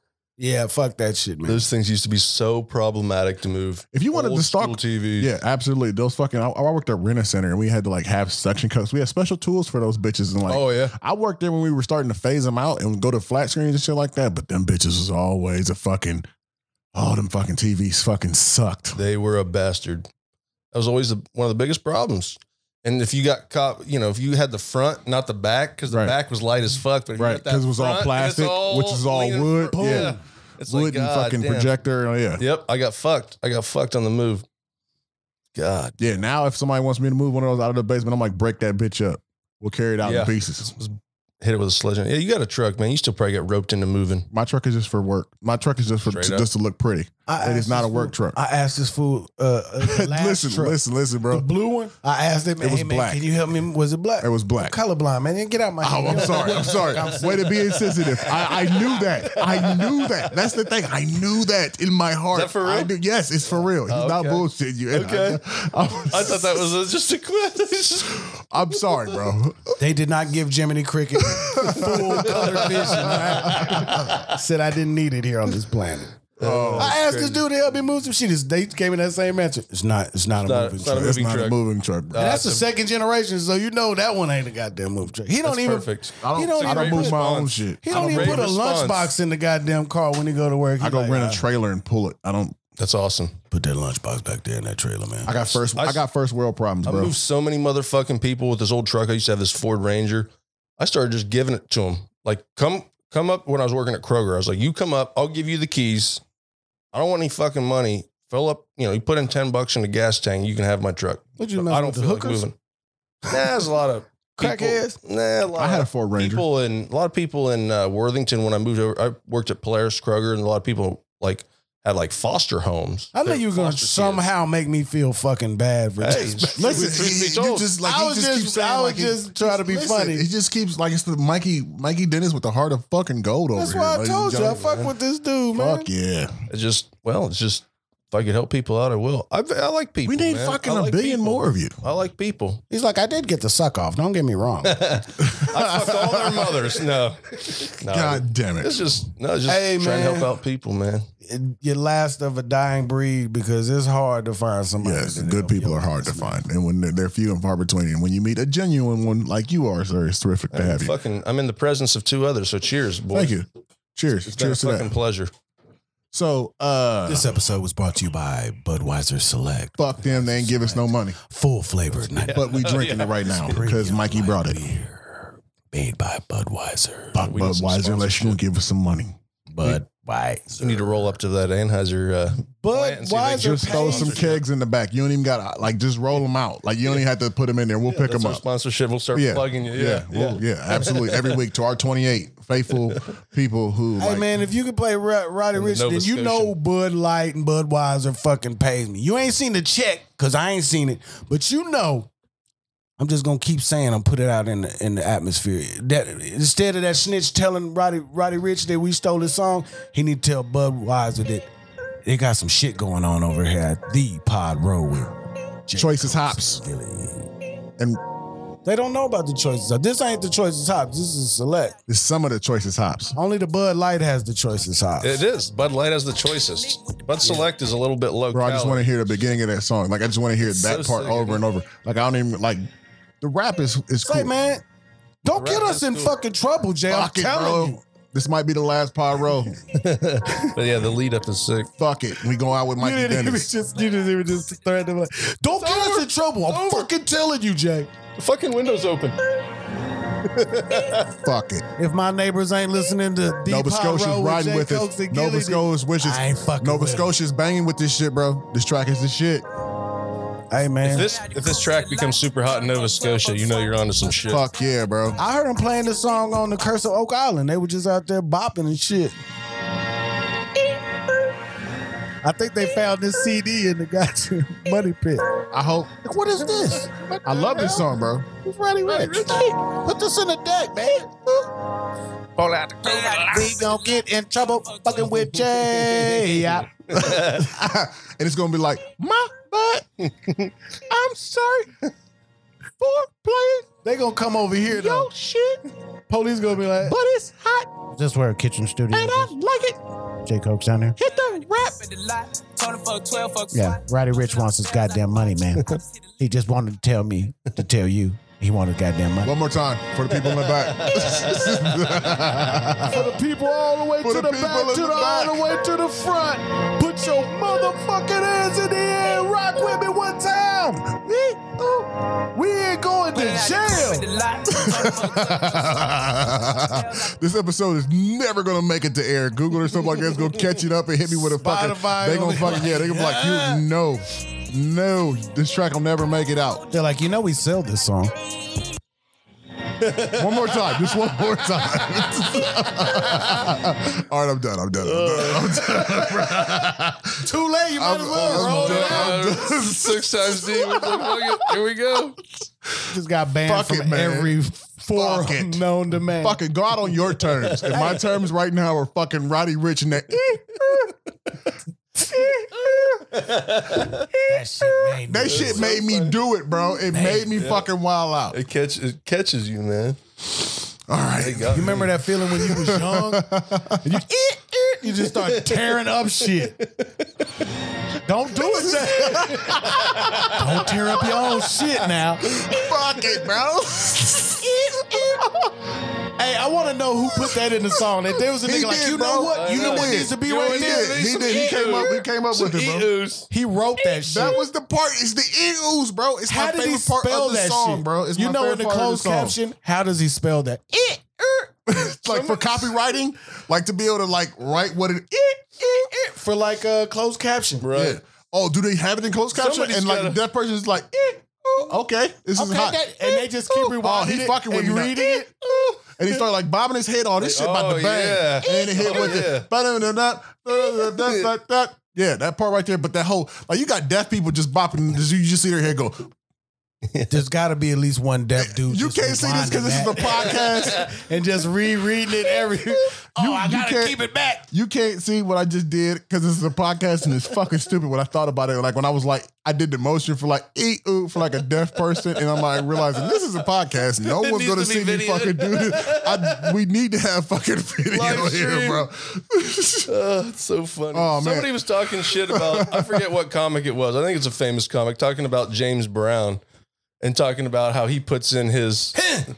yeah, fuck that shit, man. Those things used to be so problematic to move. If you wanted Old to stalk- school TV, yeah, absolutely. Those fucking. I, I worked at Rent a Center and we had to like have suction cups. We had special tools for those bitches and like. Oh yeah. I worked there when we were starting to phase them out and go to flat screens and shit like that. But them bitches was always a fucking. All them fucking TVs fucking sucked. They were a bastard. That was always the, one of the biggest problems. And if you got caught, you know, if you had the front, not the back, because the Right. back was light as fuck. But if you Right, got that 'cause it was all front, it's plastic, which is all leaning wood. for- Yeah. It's Wood and fucking damn. projector. Oh, yeah. Yep, I got fucked. I got fucked on the move. God, Yeah, now if somebody wants me to move one of those out of the basement, I'm like, break that bitch up. We'll carry it out Yeah. in pieces. hit it with a sledgehammer. Yeah, you got a truck, man. You still probably get roped into moving. My truck is just for work. My truck is just for Straight up. just to look pretty. I It asked is not this a work fool- truck. I asked this fool. Uh, uh, the last listen, truck. listen, listen, The bro. blue one. I asked him. It was hey, man, black. Can you help me? Was it black? It was black. colorblind, man. Get out my. Oh, I'm sorry. I'm sorry. Way to be insensitive. I, I knew that. I knew that. That's the thing. I knew that in my heart. that for I real? knew- yes, it's for real. He's Oh, not okay. bullshitting you. And Okay. I, I thought that was a, just a quiz. I'm sorry, bro. They did not give Jiminy Cricket full color vision. man. Said I didn't need it here on this planet. Oh, I asked this dude to help me move some shit. His dates gave me that same answer. It's not. It's not a not- moving it's not truck. a It's Moving not a truck. moving truck. Bro. Uh, That's the That's second generation, so you know that one ain't a goddamn moving truck. He don't That's even. perfect. I don't, he don't I don't even move put- my own shit. He I don't don't even move- put a response. lunchbox in the goddamn car when he go to work. He I go like, rent "Ah, a trailer and pull it. I don't. That's awesome. Put that lunchbox back there in that trailer, man. I got first. I- I, got first world problems, I bro. moved so many motherfucking people with this old truck. I used to have this Ford Ranger. I started just giving it to them. Like, come come up when I was working at Kroger. I was like, you come up, I'll give you the keys. I don't want any fucking money. Fill up, you know, you put in 10 bucks in the gas tank, you can have my truck. What But mess I don't with feel like moving. Nah, there's a lot of people- Crackheads? Nah, a lot I had a of Ford Ranger. people in a lot of people in uh, Worthington when I moved over. I worked at Polaris Kroger, and a lot of people like had like foster homes. I knew They're you were gonna foster kids. somehow make me feel fucking bad for Hey, this. truth Listen, be he- told, you just like I he was just, just- keeps saying, I was like, he- just trying to be funny. He just keeps like it's the Mikey Mikey Dennis with the heart of fucking gold over that's here. why I ladies and told you I gentlemen. fuck with this dude, man. Fuck yeah. It's just well, it's just if I could help people out, I will. I, I like people. We need man. fucking I a like billion people. more of you. I like people. He's like, I did get the suck off. Don't get me wrong. I fucked all their mothers. No, no. God damn it. It's just no, it's just Hey, trying to man. help out people, man. You're last of a dying breed because it's hard to find somebody. Yes, that'll good help people you are out. hard to find, and when they're, they're few and far between, and when you meet a genuine one like you are, sir, it's terrific to I'm have you. fucking, I'm in the presence of two others. So cheers, boy. Thank you. Cheers. It's been Cheers to a fucking that. pleasure. So, uh, This episode was brought to you by Budweiser Select. fuck them. They ain't give us no money, Full flavored night. but we drinking it right now because Mikey brought it. Beer made by Budweiser. Fuck We need some Ah, Budweiser, unless you gonna give us some money. Budweiser. We need to roll up to that Anheuser. Uh, plant But and see if why they is just it Just throw paid? some kegs in the back. You don't even gotta like just roll them out. Like you don't even have to put them in there. We'll yeah, pick that's them our up. Sponsorship. We'll start Yeah. plugging you. Yeah, Yeah, yeah, well, yeah, absolutely. Every week to our 28 faithful people who, Hey like, man, if you could play Ro- Roddy In Rich, then Nova you Scotia. know Bud Light and Budweiser fucking pays me. You ain't seen the check because I ain't seen it, but you know, I'm just gonna keep saying I'm put it out in the in the atmosphere. That instead of that snitch telling Roddy Roddy Rich that we stole his song, he need to tell Budweiser that they got some shit going on over here at the Pod Row with J. Choices Cox Hops. Gillian. And- they don't know about the choices. This ain't the choices hops. This is select. it's some of the choices hops. Only the Bud Light has the choices hops. It is. Bud Light has the choices. Bud Select is a little bit low. Bro, I just want calorie. to hear the beginning of that song. Like, I just want to hear It's that so part sick. over and over. Like, I don't even like the rap is is Say, cool. man, don't Right, get us that's in cool. fucking trouble, Jay. I'm Fuck it, bro. telling you. This might be the last pod row. But yeah, the lead up is sick. Fuck it. We go out with You Mikey didn't even Dennis. just, you didn't even just threaten them. Like, don't get us in trouble. I'm fucking telling you, Jay. The fucking window's open. Fuck it. If my neighbors ain't listening to D Nova Pod Scotia's Row riding Jay with Cox us. and Nova Gilly, Scotia's wishes. I ain't fucking Nova with 'em. Scotia's banging with this shit, bro. This track is the shit. Hey man, If this if this track becomes super hot in Nova Scotia, you know you're onto some shit. Fuck yeah, bro. I heard them playing this song on the Curse of Oak Island. They were just out there bopping and shit. I think they found this CD in the goddamn money pit. I hope. What is this? I love this song, bro. It's Roddy Rich. Put this in the deck, man. Pull out the We gonna get in trouble fucking with Jay. Yeah. and it's gonna be like my butt. I'm sorry for playing They gonna come over here though. your shit, Police gonna be like, but it's hot "Is this where a kitchen studio and I is? like it. Jay Coke's down there." Hit the rap. Yeah, Roddy Rich wants his goddamn money, man. he just wanted to tell me to tell you he wanted goddamn money. One more time for the people in the back. For the people all the way For to the the, people back, in to the the, back. all the way to the front. Put your motherfucking hands in the air. Rock with me one time. We, Oh. ooh, we ain't going to jail. this episode is never gonna make it to air. Google or something like that's gonna catch it up and hit me with a fucking. Spotify They gonna gonna be fucking yeah. They gonna be like you no, no. This track will never make it out. They're like, you know, we sell this song. One more time. Just one more time. All right, I'm done. I'm done. I'm Uh, done. I'm done. Too late. You might I'm- as well I'm roll done. it out. Six times deep. With the bucket. Here we go. Just got banned Fuck it, from man. every four Fuck it. known to man. fucking go out on your terms. And my terms right now are fucking Roddy Rich and eh, that. That shit made That shit made me do it, bro. It made me fucking wild out. It catch it catches you, man. All right. You You remember that feeling when you was young? And you, eh, eh, you just start tearing up shit. Don't do it, Zach. Don't tear up your own shit now. Fuck it, bro. Hey, I want to know who put that in the song. That there was a He nigga like, did, you bro. know what? I You know know. what He needs to be did. right He there. did. He did. He came up. He came up with it, bro. E-ooze. He wrote that shit. That was the part. It's the eagles, bro. It's How my did he favorite part spell of the that song, shit, bro. It's you my know, favorite in the part of closed the song. caption, how does he spell that? like for copywriting, like to be able to like write what it. for like a closed caption. Right. Yeah. Oh, do they have it in closed caption? Somebody's and like gotta- that person's like, eh, Oh, ooh, okay, this is Okay, hot. that- and they just keep rewinding. oh, he it fucking with and me. reading now. it. And he started like bobbing his head. All this shit about Oh, the bang. yeah. And then he hit Oh, with yeah. the. ba-da-da-da-da-da-da-da. Yeah, that part right there. But that whole like you got deaf people just bopping. You just see their head go. There's got to be at least one deaf dude. You just can't see this because rewinding this is a that podcast. and just rereading it every. Oh, Oh, you, you can't- it back. You can't see what I just did because this is a podcast and it's fucking stupid. When I thought about it, like when I was like, I did the motion for like eat ooh for like a deaf person, and I'm like realizing this is a podcast. No one's needs gonna to be see me video. fucking do this. I, we need to have fucking video Live here, stream. bro. Oh, it's so funny. Oh, man. Somebody was talking shit about I forget what comic it was. I think it's a famous comic talking about James Brown and talking about how he puts in his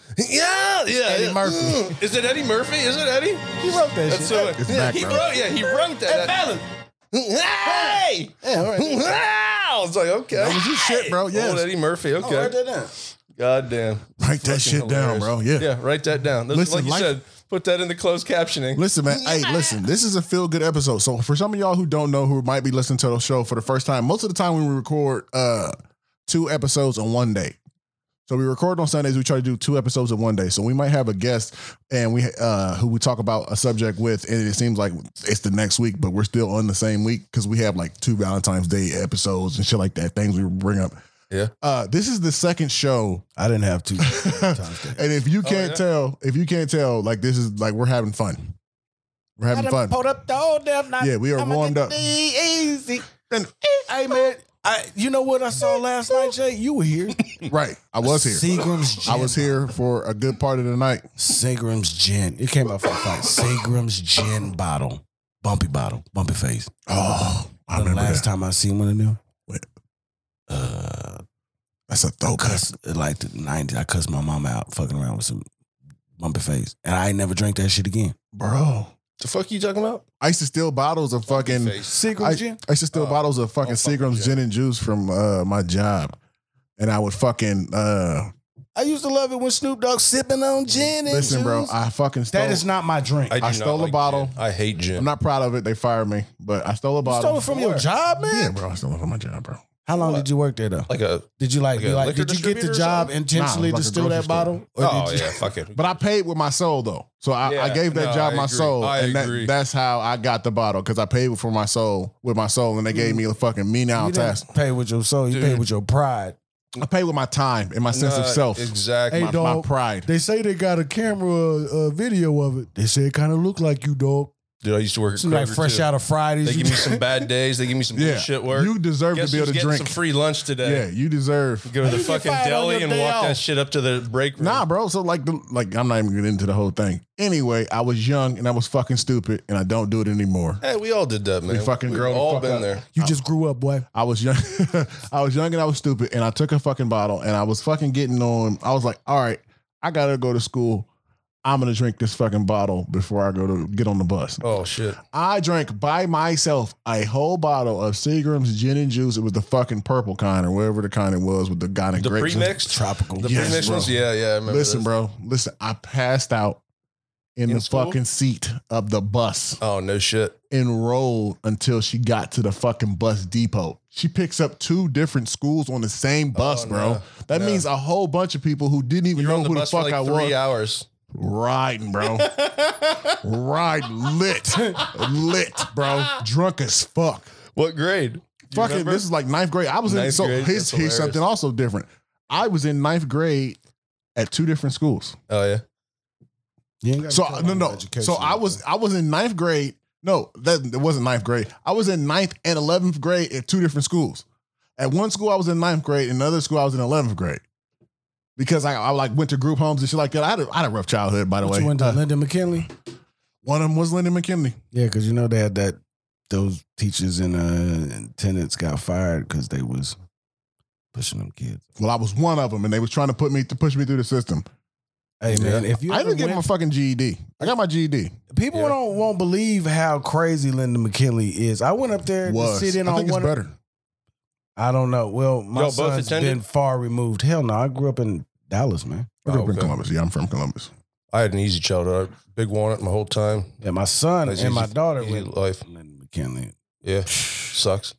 yeah yeah Eddie Murphy. Is it Eddie Murphy? Is it Eddie? He wrote that That's shit. so It's yeah, he background. wrote yeah he wrote that. Hey! Yeah, all right. Wow! It's like okay. That was your shit, bro. Old Yes. Eddie Murphy. Oh, write Okay. that down. God damn. Write that shit down, bro. Yeah. Yeah. Write that down. Those- Listen, like you life- said, put that in the closed captioning. Listen, man. Hey, listen. This is a feel good episode. So for some of y'all who don't know, who might be listening to the show for the first time, most of the time we record uh two episodes on one day. So we record on Sundays. We try to do two episodes in one day. So we might have a guest and we uh who we talk about a subject with, and it seems like it's the next week, but we're still on the same week because we have like two Valentine's Day episodes and shit like that. Things we bring up. Yeah. Uh, this is the second show I didn't have two. and if Oh, you can't yeah. tell, if you can't tell, like this is like we're having fun. We're having fun. up the whole damn night. Yeah, we are I'ma warmed get up. the Easy. And- hey man, I you know what I saw last night, Jay? You were here. Right. I was here. Seagram's gin. I was here for a good part of the night. Seagram's gin. It came out for a fight. Seagram's gin bottle. Bumpy bottle. Bumpy face. Oh, I the remember last that. time I seen one of them. Wait. Uh, That's a throwback. cuss like the nineties. I cussed my mom out fucking around with some bumpy face, and I ain't never drank that shit again. Bro. The fuck you talking about? I used to steal bottles of fucking I Face. Seagram's gin. used to steal Oh. bottles of fucking Oh, fuck, Seagram's yeah. gin and juice from uh my job. And I would fucking uh I used to love it when Snoop Dogg sipping on gin. And listen, bro, juice. I fucking stole that is not my drink. do I not stole a like bottle. gin. I hate gin. I'm not proud of it. They fired me, but I stole a You bottle. stole it from your job, man. Yeah, bro, I stole it from my job, bro. How long What? did you work there though? like a Did you like, Like a you like liquor did you get distributor the or job something? intentionally Nah, it to was steal like a that grocery bottle? Or oh did you, yeah, fuck it. But I paid with my soul though, so I, I Yeah. gave that No, job I my agree. soul, I and that, agree. that's how I got the bottle because I paid for my soul with my soul, and they Mm. gave me a fucking mean you out task. didn't pay with your soul, you Dude. paid with your pride. I paid with my time and my sense of Nah, self, Exactly. my, Hey, my dog. pride. They say they got a camera uh, video of it. They say it kind of looked like you, dog. Dude, I used to work at It's like Kroger, fresh too. out of Fridays. They You- give me some bad days. They give me some Yeah, bullshit work. you deserve to Guess be who's able to getting drink. some free lunch today. Yeah, you deserve. Go to How the you get fucking fired on deli your and day walk that off? shit up to the break room. Nah, bro. So like, the, like I'm not even getting into the whole thing. Anyway, I was young and I was fucking stupid, and I don't do it anymore. Hey, we all did that, man. fucking We've grown the all fuck been up. there. You just grew up, boy. I was young. I was young and I was stupid, and I took a fucking bottle and I was fucking getting on. I was like, all right, I gotta go to school. I'm gonna drink this fucking bottle before I go to get on the bus. Oh shit. I drank by myself a whole bottle of Seagram's gin and juice. It was the fucking purple kind or whatever the kind it was with the kind of The grapes. and- pre-mixed? Tropical. The Yes, pre-mixed bro. ones? Yeah, yeah. I remember Listen, those. bro. Listen, I passed out in, In the school? fucking seat of the bus Oh no shit. enrolled until she got to the fucking bus depot. She picks up two different schools on the same bus, Oh, bro. no. That No. means a whole bunch of people who didn't even You're know on the who the bus for fuck like I three was hours. riding, bro. Ride lit, lit, bro. Drunk as fuck. What grade? Do you Fucking, remember? this is like ninth grade. I was in Ninth so grade? here's, That's here's hilarious. something also different. I was in ninth grade at two different schools. Oh yeah. You ain't gotta So tell no me no. education So I like was that. I was in ninth grade. No, that it wasn't ninth grade. I was in ninth and eleventh grade at two different schools. At one school I was in ninth grade, and another school I was in eleventh grade. Because I, I like went to group homes and shit like that. I had a, I had a rough childhood, by the Which way. one, Uh, Linda McKinley? one of them was Lyndon McKinley. Yeah, because you know they had that. Those teachers and uh, and tenants got fired because they was pushing them kids. Well, I was one of them, and they was trying to put me to push me through the system. Hey man, if you I ever didn't get went- my fucking GED. I got my E GED. people Yeah. don't won't believe how crazy Linda McKinley is. I went up there Was to sit in I on think it's one. of- better. I don't know. Well, my Y'all both son's attended? been far removed. Hell no, I grew up in Dallas, man. I grew up in okay. Columbus. Yeah, I'm from Columbus. I had an easy childhood. I big wanted my whole time. And my son That's and my easy- daughter easy went life. Lynn McKinley. Yeah, sucks.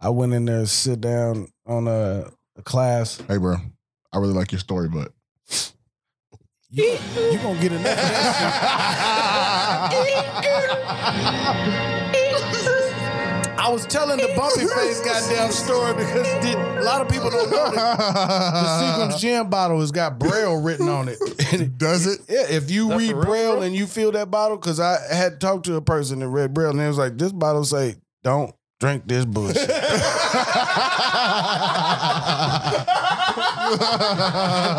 I went in there to sit down on a, a class. Hey, bro, I really like your story, but You, you gonna get enough of that shit. I was telling the bumpy face goddamn story because did, a lot of people don't know that the Seagram's gin bottle has got Braille written on it. does it? Yeah, if you That read for real, Braille bro? and you feel that bottle, because I had talked to a person that read Braille and they was like, this bottle say, don't drink this bullshit.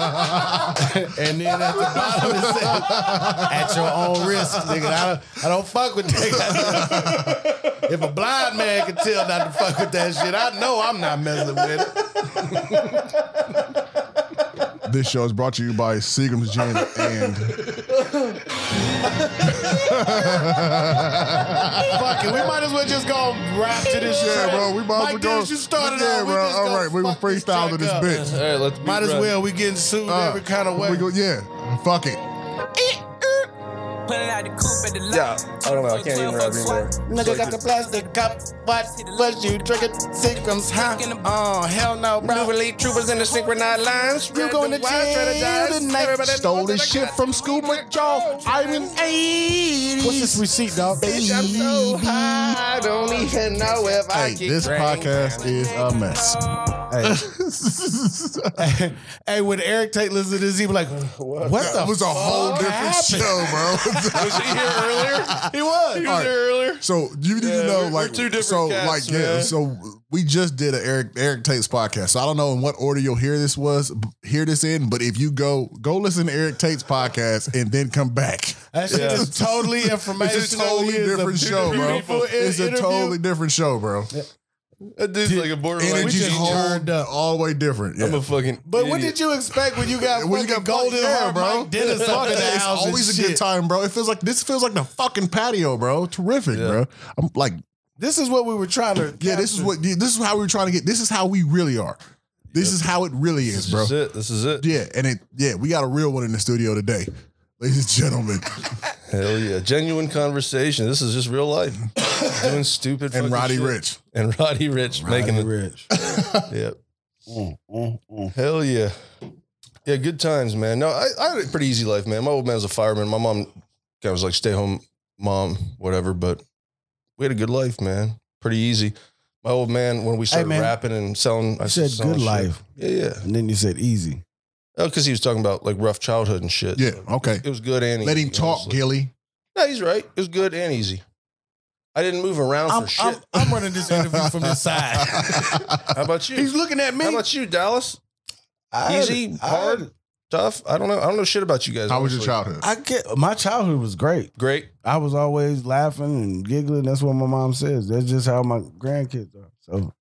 and then at the bottom it said, at your own risk, nigga. I don't, I don't fuck with that. if a blind man can tell not to fuck with that shit, I know I'm not messing with it. This show is brought to you by Seagram's Gin and Fuck it. We might as well just go wrap to this shit, Yeah, bro. We might as Mike well Dennis, go. you started yeah, it. We bro. just All gonna right, we gonna fuck this freestyle to track this up. bitch. All right, let's be Might as friends. well. We getting sued Uh, every kind of way. We go, yeah, fuck it. Put it out the coop at the lot. Yeah, I don't know. I can't even rap anymore. Nigga got the plastic cup. What was you drinking? Seagrams, huh? Oh, hell no, bro. troopers in the synchronized lines. You going to jail tonight. Stole this shit from school with y'all. I'm in 80s. What's this receipt, dog? high, don't even know if Hey, this podcast is a mess. hey, when Eric Tate listens to this, he be like, what the That was a whole fuck different happened? show, bro. Was he here earlier? He was. He was Alright. here earlier. so you need to Yeah, know, we're- like, we're two different so, cats, like, yeah. man. So we just did a Eric Eric Tate's podcast. So I don't know in what order you'll hear this was hear this in, but if you go go listen to Eric Tate's podcast and then come back. That shit is totally information. It's a totally different show, bro. It's a totally different show, bro. That dude's like a borderline. Energy's just change. whole, turned up. all the way different. Yeah. I'm a fucking. But what did you expect when you got When you fucking got fucking- golden yeah, hair, bro. bro? Dennis Fuck fucking it, it's house and always a shit. good time, bro. It feels like this feels like the fucking patio, bro. Terrific, Yeah. bro. I'm like, This is what we were trying to. yeah, this is capture. what this is how we were trying to get. This is how we really are. This is how it really This is, bro. is it. This is it. Yeah, and it yeah, we got a real one in the studio today, ladies and gentlemen. Hell yeah. Genuine conversation. This is just real life. Doing stupid and fucking Roddy shit. Rich. And Roddy Rich making it. rich. Yep. Hell yeah. Yeah, good times, man. No, I, I had a pretty easy life, man. My old man was a fireman. My mom kind of was like stay home mom, whatever, but we had a good life, man. Pretty easy. My old man, when we started man. rapping and selling, I You said selling good shit. life, Yeah, yeah. and then you said easy. Oh, because he was talking about like rough childhood and shit. Yeah, So okay. It was good and Let easy, him talk, honestly. Gilly. No, he's right. It was good and easy. I didn't move Oh, around for shit. I'm running this interview from the side. How about you? He's looking at me. How about you, Dallas? I- Easy, I- hard, tough. I don't know. I don't know shit about you guys. How was your honestly. childhood? I get my childhood was great. Great. I was always laughing and giggling. That's what my mom says. That's just how my grandkids are. So,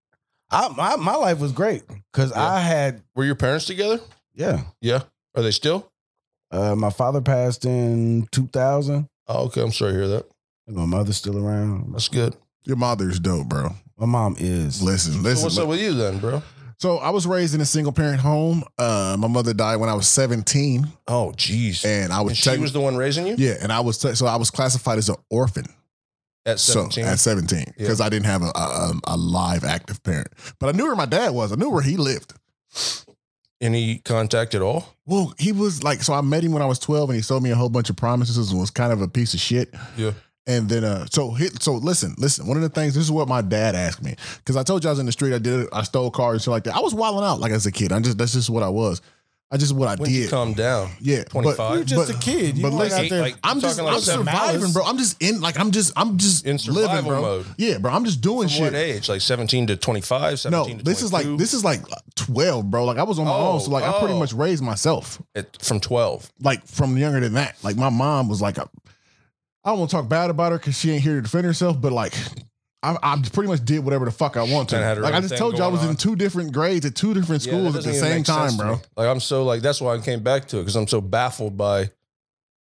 I my, my life was great because Yeah. I had Were your parents together? yeah. Yeah. Are they still? Uh, my father passed in 2000. Oh, okay. I'm sorry to hear that. And my mother's still around. That's good. Your mother's dope, bro. My mom is. Listen, listen. So what's up with you then, bro? So I was raised in a single parent home. Uh, my mother died when I was 17, Oh, jeez. and I was And she techni- was the one raising you yeah, and I was te- so I was classified as an orphan. at So 17. at 17, Yeah. because I didn't have a, a a- a live active parent, but I knew where my dad was. I knew where he lived. Any contact at all? Well, he was like, so I met him when I was 12, and he sold me a whole bunch of promises and was kind of a piece of shit. Yeah. And then, uh, so hit, so listen, listen. One of the things, this is what my dad asked me because I told you I was in the street. I did it. I stole cars and shit like that. I was wilding out like as a kid. I just that's just what I was. I just what I When did you did. calm down? Yeah, but- 25? You're just a kid. You but weren't listen, out there. like- I'm You're just talking like I'm some surviving, malice. bro. I'm just in like I'm just I'm just In survival living, bro. mode. Yeah, bro. I'm just doing From shit. what age? Like 17 to 25, 17 no, to this is like 22? this is like 12, bro. Like I was on my Oh, own, so like I pretty oh. much raised myself. At- from 12. Like from younger than that. Like my mom was like, I I don't want to talk bad about her because she ain't here to defend herself, but like. I, I pretty much did whatever the fuck I want Kinda had to. her Like I own just thing told you, I was going in on. two different grades at two different Yeah, that schools at doesn't the even same make sense time, to bro. me. Like I'm so like that's why I came back to it because I'm so baffled by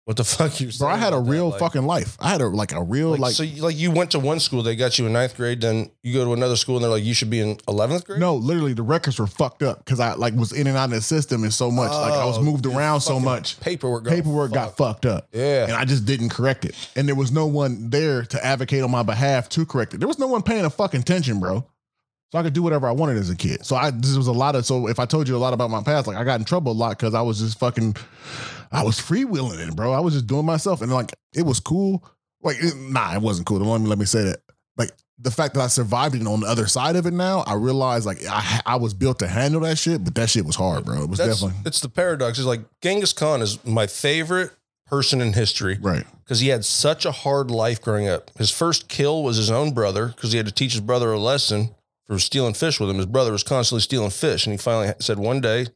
What the fuck you? Bro, I had a real fucking life. I had a like a real like, like, so. You, like you went to one school, they got you in ninth grade. Then you go to another school, and they're like, you should be in eleventh grade. no, literally the records were fucked up because I like was in and out of the system and so much. like I was Oh, moved your around so fucking much. Paperwork. Got Paperwork got fucked up. Yeah. And I just didn't correct it. And there was no one there to advocate on my behalf to correct it. There was no one paying a fucking attention, bro. So I could do whatever I wanted as a kid. So I this was a lot of so if I told you a lot about my past, like I got in trouble a lot because I was just fucking I was freewheeling it, bro. I was just doing myself and like it was cool. Like it- nah, it wasn't cool. Don't let me let me say that. Like the fact that I survived it and on the other side of it now, I realized like I I was built to handle that shit, but that shit was hard, bro. It was That's definitely it's the paradox. Is like Genghis Khan is my favorite person in history right. because he had such a hard life growing up. His first kill was his own brother because he had to teach his brother a lesson for stealing fish with him. His brother was constantly stealing fish, and he finally said one day, "You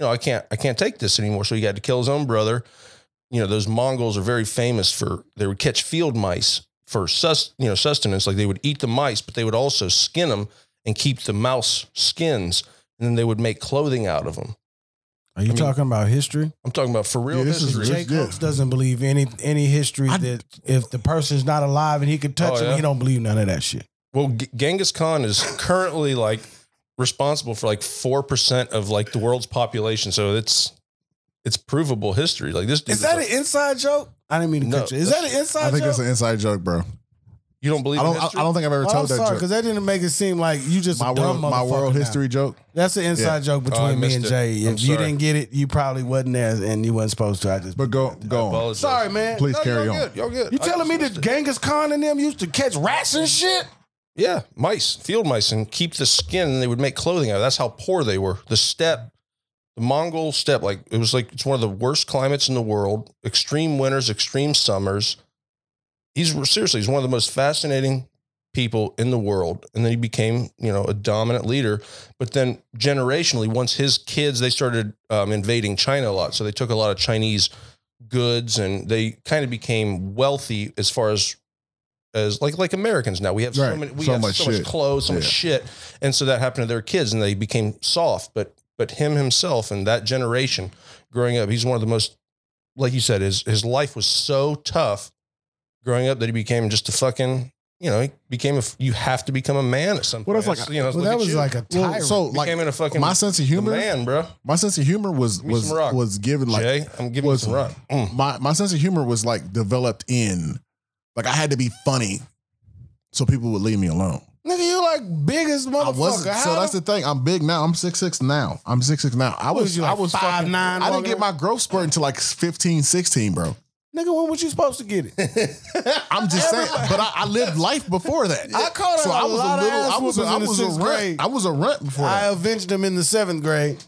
know, I can't, I can't take this anymore." So he had to kill his own brother. You know, those Mongols are very famous for they would catch field mice for sus, you know, sustenance. Like they would eat the mice, but they would also skin them and keep the mouse skins, and then they would make clothing out of them. Are you mean- talking about history? I'm talking about for real Yeah, this is history. real. Jay yeah. Cox doesn't believe any any history I- that if the person's not alive and he could touch Oh, him, yeah? he don't believe none of that shit. Well, G- Genghis Khan is currently like responsible for like four percent of like the world's population, so it's it's provable history. Like this, dude Is that a- an inside joke? I didn't mean to No, cut you. Is that an inside I think joke? that's an inside joke, bro. you don't believe? I in don't. I, history? I don't think I've ever Oh, I'm told that sorry, joke. because that didn't make it seem like you just My a dumb world, my world motherfucker now. history joke. That's an inside joke Oh, I between me missed and it. Jay. I'm If you sorry. didn't get it, you probably wasn't there, and you wasn't supposed to. I just But go, I go on. apologize. sorry, man. Please carry y'all on. Good, y'all good. You I telling me just that missed it. Genghis Khan and them used to catch rats and shit? Yeah, mice, field mice, and keep the skin, and they would make clothing out. of it. That's how poor they were. The steppe, the Mongol steppe, like it was like it's one of the worst climates in the world. Extreme winters, extreme summers. He's seriously, he's one of the most fascinating people in the world. And then he became, you know, a dominant leader. But then generationally, once his kids, they started um, invading China a lot, so they took a lot of Chinese goods, and they kind of became wealthy as far as as like like Americans now. We have so Right. many, we So have much so shit. much clothes, so much Yeah. shit, and so that happened to their kids, and they became soft. But but him himself and that generation growing up, he's one of the most, like you said, his his life was so tough growing up that he became just a fucking. You know, he became a. f- You have to become a man at some Well, point. that's like- you know, Well, look that at was you. like a Well, tyrant. so Became like in a fucking my sense of humor, man, bro. my sense of humor was Give me was some rock. was given like Jay, I'm giving you was- some rock. Mm. my my sense of humor was like developed in like I had to be funny so people would leave me alone. Nigga, you like biggest I motherfucker. wasn't. How So that's the thing. I'm big now. I'm six six now. I'm six six now. I was, What was you, I like, was 5'9" fucking- I didn't walking get my growth spurt until like 15, 16, bro. nigga, when was you supposed to get it? I'm just saying, but I, I lived life before that. I caught a lot of ass I was a, whoopings I in the was a sixth runt. grade. I was a runt before. I that. avenged him in the seventh grade.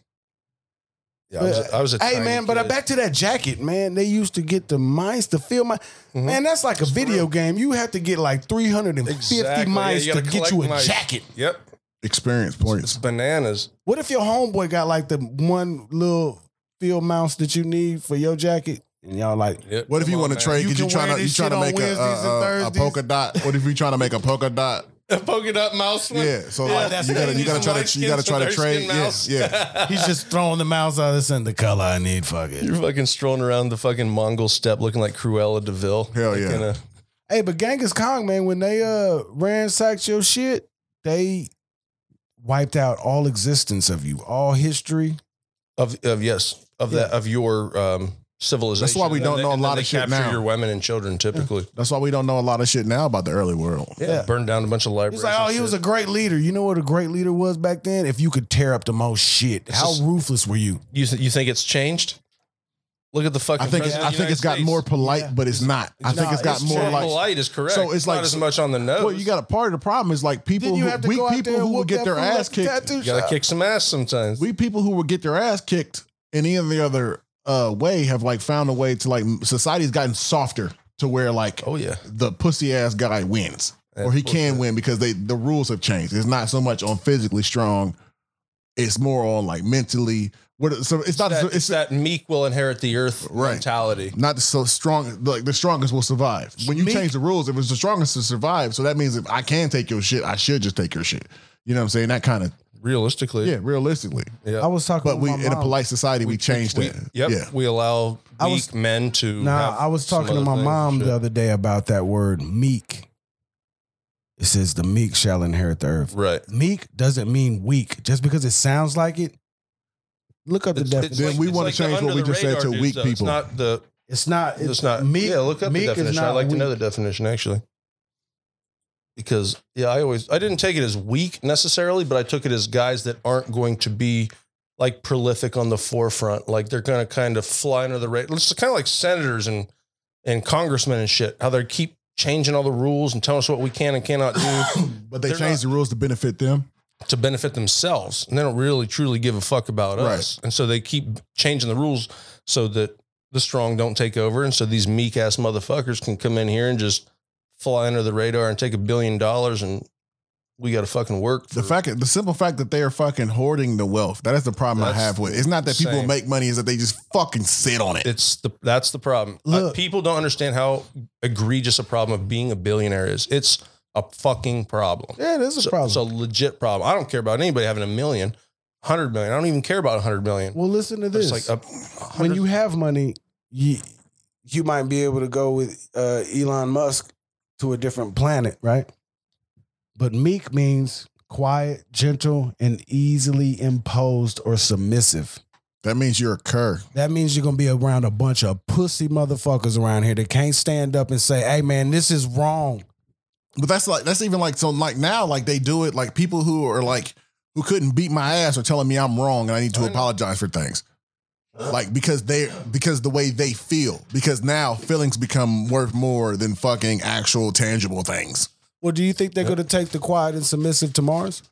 Yeah, I was. A, I was a hey tiny man, but I kid. back to that jacket, man. They used to get the mice to fill my Mm-hmm. man. That's like a video game. You have to get like three hundred and fifty Exactly. Yeah, mice you to gotta get collect you a mice. jacket. Yep, Experience it's points. bananas. What if your homeboy got like the one little field mouse that you need for your jacket, and y'all like Yep. What if Come you on, want to man. trade? You Cause you can trying wear to you this trying shit to on make a, uh, Wednesdays and a, a, a Thursdays. polka dot? What if you trying to make a polka dot? a polka dot mouse? one? Yeah, so like, that's you gotta right. you gotta Use try light to you skin gotta for try to dark trade. skin Yeah, mouse. yeah. he's just throwing the mouse out. This in the color I need. Fuck it. You're fucking strolling around the fucking Mongol steppe looking like Cruella Deville. Hell Like yeah. in a- Hey, but Genghis Khan, man, when they uh ransacked your shit, they wiped out all existence of you, all history. of of yes of that of your um, civilization. That's why we And don't then- know a and then lot they of shit capture now. Your women and children typically. That's why we don't know a lot of shit now about the early world. Yeah, Yeah. burn down a bunch of libraries. He's like, oh, and he was a shit. great leader. You know what a great leader was back then? If you could tear up the most shit, how just- ruthless were you? You th- you think it's changed? Look at the fucking. I think it's, president I of the think it's United gotten States. more polite, but it's not. I think not. it's got It's more more like polite is correct. So it's not like- as much on the nose. Well, you got a part of the problem is like people Then you who, have to weak go out people there and who will whoop get that their fool at ass the kicked. tattoo You gotta shop. kick some ass sometimes. We people who will get their ass kicked in any other other uh, way have like found a way to like society's gotten softer to where like oh yeah, the pussy ass guy wins That's or he bullshit. can win because they the rules have changed. It's not so much on physically strong. It's more on like mentally. What so it's, not that, it's, it's, that meek will inherit the earth Right. mentality. not so strong. Like the strongest will survive. When you change the rules, if it's the strongest to survive, so that means if I can take your shit, I should just take your shit. You know what I'm saying? That kind of realistically. Yeah, realistically. Yeah. I was talking. But with we my in a mom. polite society we, changed we, that. Yep. Yeah. We allow I weak was- men to. Nah, have I was some talking to other my things and mom shit. the other day about that word meek. It says the meek shall inherit the earth. Right. Meek doesn't mean weak. Just because it sounds like it, look up the It's- it's definition. like- we it's wanna like the change what under we the just said radar to dudes, weak though. It's people. not the. It's not. It's, not meek. Yeah, look up the meek is definition. I not like to know the weak. definition actually. Because yeah, I always I didn't take it as weak necessarily, but I took it as guys that aren't going to be like prolific on the forefront. Like they're gonna kind of fly under the radar. It's kind of like senators and and congressmen and shit. How they keep changing all the rules and telling us what we can and cannot do But they They're changed the rules to benefit them. to benefit themselves, and they don't really truly give a fuck about us. And so they keep changing the rules so that the strong don't take over, and so these meek ass motherfuckers can come in here and just fly under the radar and take a billion dollars, and we got to fucking work. The for- fact, the simple fact that they are fucking hoarding the wealth. That is the problem I That's have with. it. It's not that people insane. make money; is that they just fucking sit on it. it's the that's the problem. Uh, Look. people don't understand how egregious a problem of being a billionaire is. It's a fucking problem. Yeah, this is It's a problem. It's a legit problem. I don't care about anybody having a million, hundred million. I don't even care about a hundred million. well, listen to It's this. like a when hundred- you have money, you you might be able to go with uh, Elon Musk to a different planet, right? But meek means quiet, gentle, and easily imposed or submissive. That means you're a cur. That means you're gonna be around a bunch of pussy motherfuckers around here that can't stand up and say, "Hey, man, this is wrong." But that's like that's even like so like now like they do it like people who are like who couldn't beat my ass are telling me I'm wrong and I need to apologize for things. Like because they because the way they feel because now feelings become worth more than fucking actual tangible things. Well, do you think they're gonna take the quiet and submissive to Mars?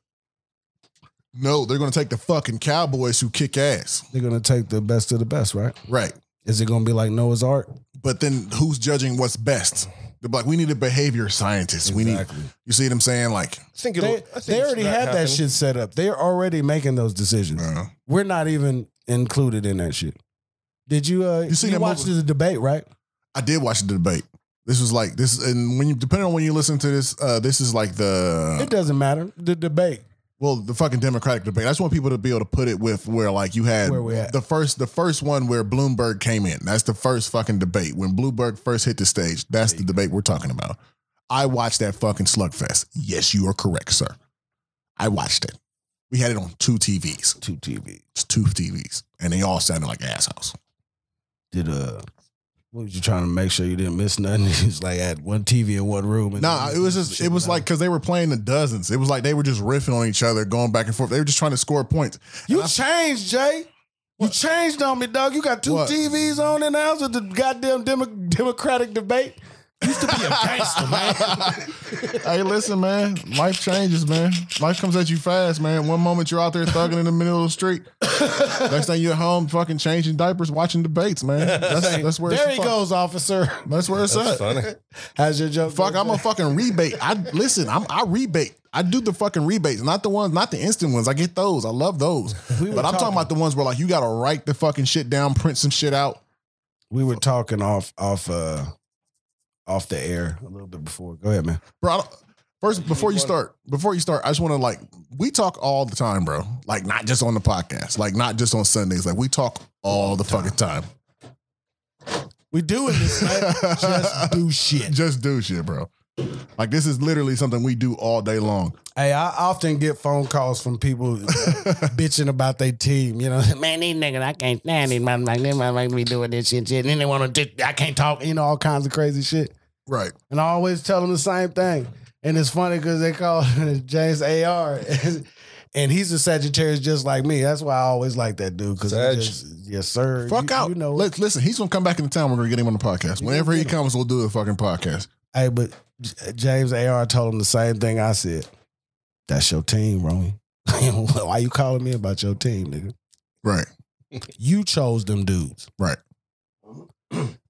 No, they're gonna take the fucking cowboys who kick ass, They're gonna take the best of the best, right? right? Is it gonna be like Noah's Ark? But then who's judging what's best? They're like, we need a behavior scientist. We need, you see what I'm saying? Like, I think it'll, They, I think they it's already not had happening. that shit set up. They're already making those decisions. uh, We're not even included in that shit. Did you? Uh, you You seen that watched movie? Uh-huh. the debate, right? I did watch the debate. This was like this, and when you depending on when you listen to this, uh, this is like It the doesn't matter. The debate. well, the fucking Democratic debate. I just want people to be able to put it with where like you had Where we at? the first the first one where Bloomberg came in. That's the first fucking debate when Bloomberg first hit the stage. That's the debate we're talking about. I watched that fucking slugfest. Yes, you are correct, sir. I watched it. We had it on two TVs. Two TV It's two TVs, and they all sounded like assholes. did uh. What was you trying to make sure you didn't miss nothing? It's like I had one TV in one room. and- Nah, it was just it was like because they were playing the dozens. It was like they were just riffing on each other, going back and forth. They were just trying to score points. You changed, Jay. You changed on me, dog. You got two What? TVs on in the house with the goddamn demo- Democratic debate. Used to be a gangster, man. hey, listen, man, life changes, man. Life comes at you fast, man. One moment you're out there thugging in the middle of the street. Next thing you're at home, fucking changing diapers, watching debates, man. That's, that's where there it's he fuck- goes, officer. That's where it's at. That's funny. How's your joke? Fuck, I'm a fucking rebate. I listen. I'm I rebate. I do the fucking rebates, not the ones, not the instant ones. I get those. I love those. were but I'm talking talking- about the ones where like you gotta write the fucking shit down, print some shit out. we were talking off off uh off the air a little bit before. Go ahead, man. bro. I don't- First, before you start, before you start, I just want to like we talk all the time, bro. Like not just on the podcast, like not just on Sundays. Like we talk all the fucking time. We doing this, man. Just do shit. Just do shit, bro. Like this is literally something we do all day long. Hey, I often get phone calls from people bitching about their team. You know, Man, these niggas, I can't stand these motherfuckers. They motherfuckers be doing this shit, shit. And then they want to, I can't talk. you know, all kinds of crazy shit. Right. And I always tell them the same thing. And it's funny because they call James AR. and he's a Sagittarius just like me. That's why I always like that dude. Cause Sag. I just, yes, sir. Fuck you, out. You know, Let, listen, he's gonna come back in the town. We're gonna get him on the podcast. Whenever he comes, we'll do a fucking podcast. hey, but J- James AR told him the same thing I said. That's your team, Romy. why you calling me about your team, nigga? Right. You chose them dudes. Right.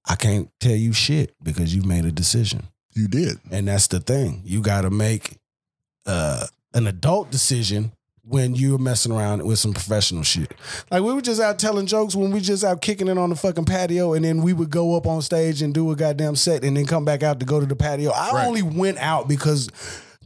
I can't tell you shit because you made a decision. You did. And that's the thing. You got to make uh, an adult decision when you're messing around with some professional shit. Like we were just out telling jokes when we just out kicking it on the fucking patio and then we would go up on stage and do a goddamn set and then come back out to go to the patio. I Right. only went out because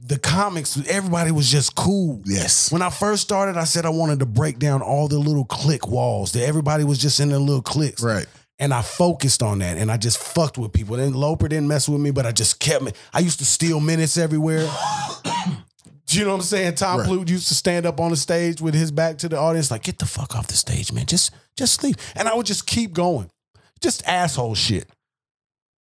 the comics, everybody was just cool. Yes. When I first started, I said I wanted to break down all the little click walls that everybody was just in their little clicks. Right. And I focused on that and I just fucked with people. And Loper didn't mess with me, but I just kept me. I used to steal minutes everywhere. Do you know what I'm saying? Tom Right. Plute used to stand up on the stage with his back to the audience, like, get the fuck off the stage, man. Just just sleep. And I would just keep going. Just asshole shit.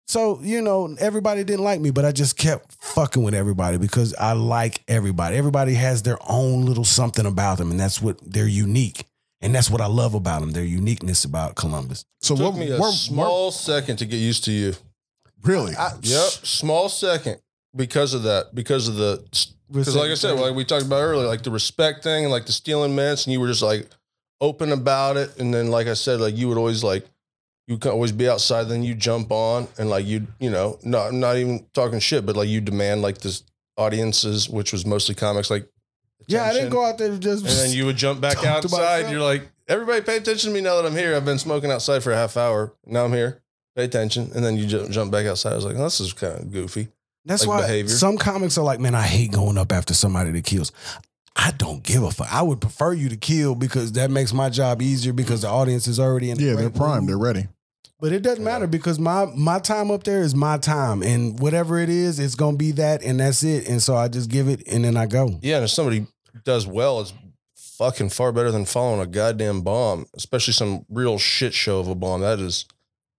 So, you know, everybody didn't like me, but I just kept fucking with everybody because I like everybody. Everybody has their own little something about them, and that's what they're unique. And that's what I love about them, their uniqueness about Columbus. So Took what? me a we're- small second to get used to you. we're- really? Yep, small second because of that, because of the because like I said, like we talked about earlier, like the respect thing and like the stealing minutes, and you were just like open about it, and then like I said, like you would always like you could always be outside, then you jump on and like you you know not not even talking shit, but like you demand like this audiences, which was mostly comics, like Yeah, I didn't attention. go out there to just. And then you would jump back Talk to outside. myself. You're like, everybody pay attention to me now that I'm here. I've been smoking outside for a half hour. Now I'm here. Pay attention. And then you jump, jump back outside. I was like, oh, this is kind of goofy. That's like why behavior. some comics are like, man, I hate going up after somebody that kills. I don't give a fuck. I would prefer you to kill because that makes my job easier because the audience is already in. a yeah, great they're mood. primed. They're ready. But it doesn't matter because my my time up there is my time, and whatever it is, it's gonna be that, and that's it. And so I just give it, and then I go. Yeah. And if somebody does well, it's fucking far better than following a goddamn bomb, especially some real shit show of a bomb. That is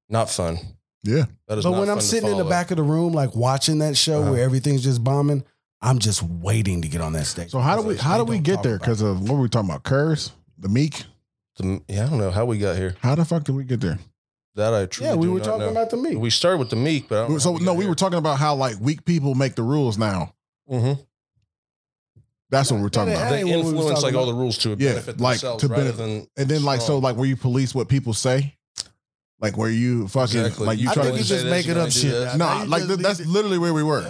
not fun. Yeah. That is But not when I'm fun to sitting in the follow. back of the room, like watching that show Uh-huh. where everything's just bombing, I'm just waiting to get on that stage. So how do we Because how do they we don't get talk there? about it. Because of what were we talking about? Curse, the Meek. The- yeah, I don't know how we got here. How the fuck did we get there? That I truly yeah, we do were not talking know. about the meat. We started with the meek, but I don't know So how no, we were talking about how like weak people make the rules now. got here. Mhm. That's what we're talking Yeah, about. that They ain't what we was influence like talking all the rules to Yeah, benefit like, themselves to rather benefit- than And then like so strong. like where you police what people say, like where you fucking Exactly. like you I try think to you just say make it this, you up gotta do shit. that. I no think you like just th- need that's to- literally where we were.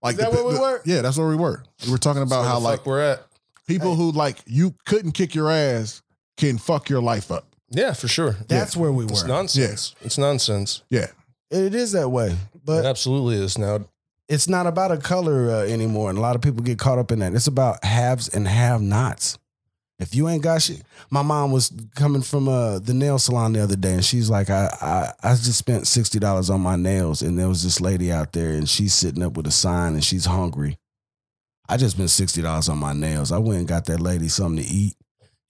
Like that where we were? Yeah, that's where we were. We were talking about That's how where the like fuck we're at. people who like you couldn't kick your ass can fuck your life up. Yeah, for sure. that's where we were. It's nonsense. It's nonsense. it is that way, but it absolutely is now. it's not about a color uh, anymore, and a lot of people get caught up in that. It's about haves and have-nots. If you ain't got shit, my mom was coming from uh, the nail salon the other day, and she's like, I, I I just spent sixty dollars on my nails, and there was this lady out there, and she's sitting up with a sign, and she's hungry. I just spent sixty dollars on my nails. I went and got that lady something to eat,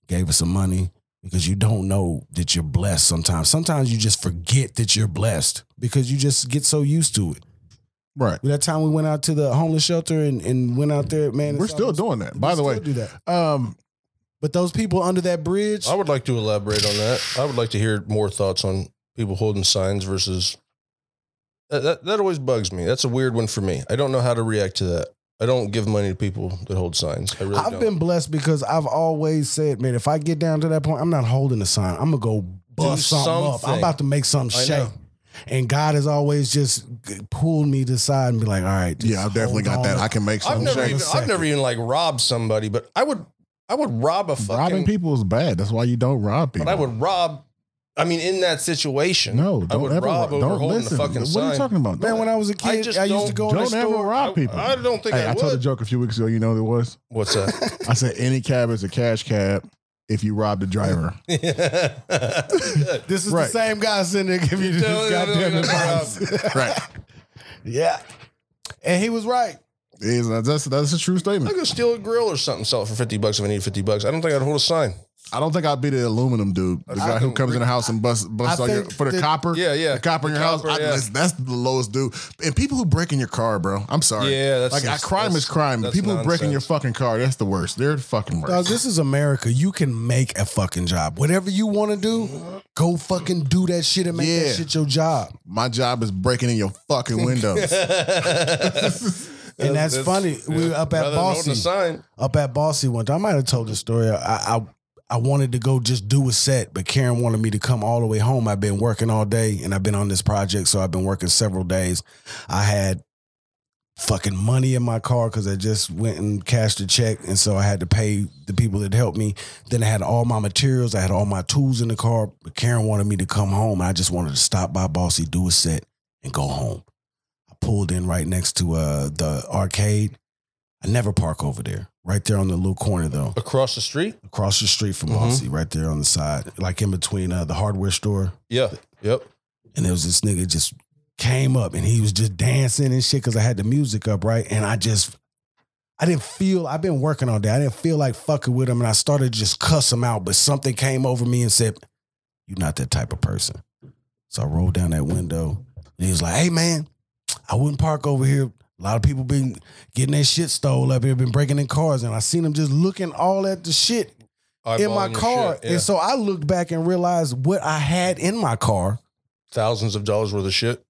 gave her some money because you don't know that you're blessed. Sometimes, sometimes you just forget that you're blessed because you just get so used to it. Right. That time we went out to the homeless shelter and, and went out there, man. We're it's still almost- doing that. we By the still way, do that. um, But those people under that bridge, I would like to elaborate on that. I would like to hear more thoughts on people holding signs versus that, that. That always bugs me. That's a weird one for me. I don't know how to react to that. I don't give money to people that hold signs. I really I've don't. been blessed because I've always said, man, if I get down to that point, I'm not holding a sign. I'm gonna go bust Do something, up. I'm something. about to make something I shake. know. And God has always just g- pulled me to the side and be like, all right, just yeah, I've definitely got hold that. on. I can make I've some never shakes. even. I've never even like robbed somebody, but I would. I would rob a fucking. Robbing people is bad. That's why you don't rob people. But I would rob. I mean, in that situation, no, I don't would ever rob over don't holding listen. the fucking what sign. are you talking about? man, when I was a I kid, just I, used don't- to go in the don't ever store. rob people. I don't think hey, I, I, would. told a joke a few weeks ago. You know what it was? What's that? I said any cab is a cash cab if you rob the driver. This is Right. the same guy sitting there giving you this Don't- don't- goddamn don't- advice. right. yeah. And he was right. Is- that's that's a true I'm statement. gonna steal a grill or something, sell it for fifty bucks if I need fifty bucks. I don't think I'd hold a sign. I don't think I'd be the aluminum dude, the guy who think- comes in the house and busts busts I all your, think for the that- copper. Yeah, yeah. the copper in The your house. copper, I- yeah. that's, that's the lowest dude. And people who break in your car, bro. I'm sorry. Yeah, that's- like I, that's- crime that's- is crime. that's People who break in your nonsense. fucking car, that's the worst. They're the fucking worst. Dog, this is America. You can make a fucking job. Whatever you want to do, go fucking do that shit and make Yeah. that shit your job. My job is breaking in your fucking windows. And that's, funny. We were up at Rather than holding Bossy. a sign. Up at Bossy one time. I might have told the story. I, I I wanted to go just do a set, but Karen wanted me to come all the way home. I've been working all day and I've been on this project, so I've been working several days. I had fucking money in my car because I just went and cashed a check. And so I had to pay the people that helped me. Then I had all my materials. I had all my tools in the car. But Karen wanted me to come home. I just wanted to stop by Bossy, do a set, and go home. I pulled in right next to uh, the arcade I never park over there. Right there on the little corner though, across the street. across the street from Mhm. Aussie, right there on the side, like in between uh, the hardware store. Yeah. Yep. And there was this nigga just came up and he was just dancing and shit because I had the music up, right? And I just, I didn't feel, I've been working all day. I didn't feel like fucking with him. And I started to just cuss him out, but something came over me and said, You're not that type of person. So I rolled down that window and he was like, Hey man, I wouldn't park over here. A lot of people been getting their shit stole up here, been breaking in cars. And I seen him just looking all at the shit in my Eyeballing your car. shit. Yeah. And so I looked back and realized what I had in my car thousands of dollars worth of shit.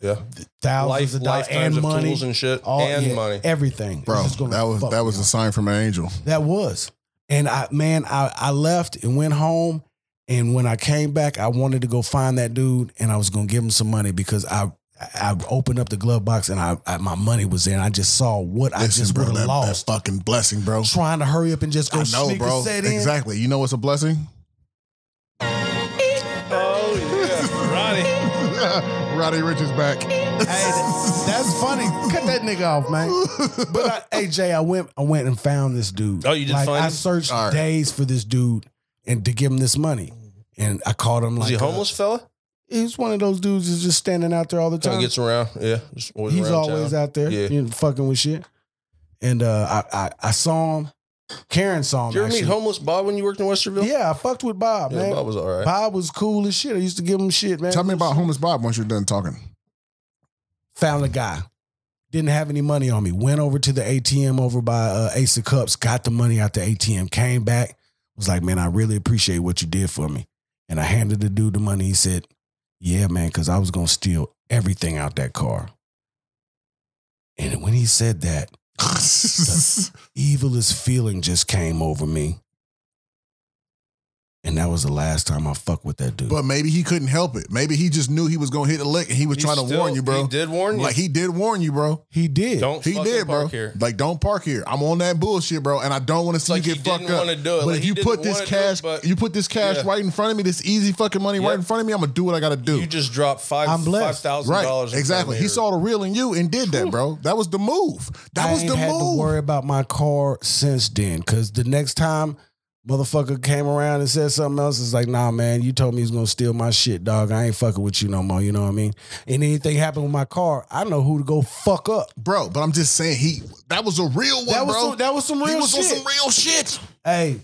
Yeah. thousands Life, of dollars lifetimes and of money, tools and shit all and yeah, money. everything. Bro, It's just gonna that was fuck that me was a up. sign from an angel. that was. And I, man, I I left and went home, and when I came back, I wanted to go find that dude, and I was gonna give him some money because I. I opened up the glove box and I, I my money was there and I just saw what I Listen, just bro, would that, have that lost. fucking blessing, bro. Trying to hurry up and just go I know, sneak bro. a set in. Exactly. You know what's a blessing? Oh yeah, Roddy. Roddy Rich is back. Hey, that- that's funny. Cut that nigga off, man. But I, hey, Jay, I went, I went and found this dude. Oh, you did like, find I him? searched All right. days for this dude and to give him this money, and I called him. Was like he uh, a homeless fella? he's one of those dudes that's just standing out there all the Kind time. of gets around. Yeah. Just always he's around always town. out there, Yeah. you know, fucking with shit. And uh, I, I, I saw him. Karen saw him. Did you ever actually. meet homeless Bob when you worked in Westerville? Yeah, I fucked with Bob, Yeah, man. Bob was all right. Bob was cool as shit. I used to give him shit, man. Tell me about homeless Bob once you're done talking. found a guy didn't have any money on me went over to the atm over by uh, ace of cups got the money out the atm came back was like man i really appreciate what you did for me and i handed the dude the money he said yeah man because i was going to steal everything out that car and when he said that evilest feeling just came over me and that was the last time i fucked with that dude but maybe he couldn't help it. Maybe he just knew he was gonna hit a lick and he was He trying to still- warn you, bro. He did warn you. like he did warn you, bro. he did don't He fucking did, bro. park here. Like, don't park here. I'm on that bullshit, bro, and I don't want to see like you he get fucked didn't up. wanna do it. But Like, if he you didn't put this wanna do it, cash, but- you put this cash Yeah. right in front of me, this easy fucking money Yeah. right in front of me. I'm gonna do what I gotta do. You just dropped five I'm five blessed. thousand right, dollars. in front of exactly. me He or- saw the real in you and did that, bro. That was the move. That I was ain't the had to move. worry about my car since then. Cause the next time motherfucker came around and said something else, it's like, nah, man, you told me he was gonna steal my shit, dog. I ain't fucking with you no more. You know what I mean? And anything happened with my car, I know who to go fuck up. Bro, but I'm just saying he that was a real one, That was bro. some, that was some real he was shit. on some real shit. hey,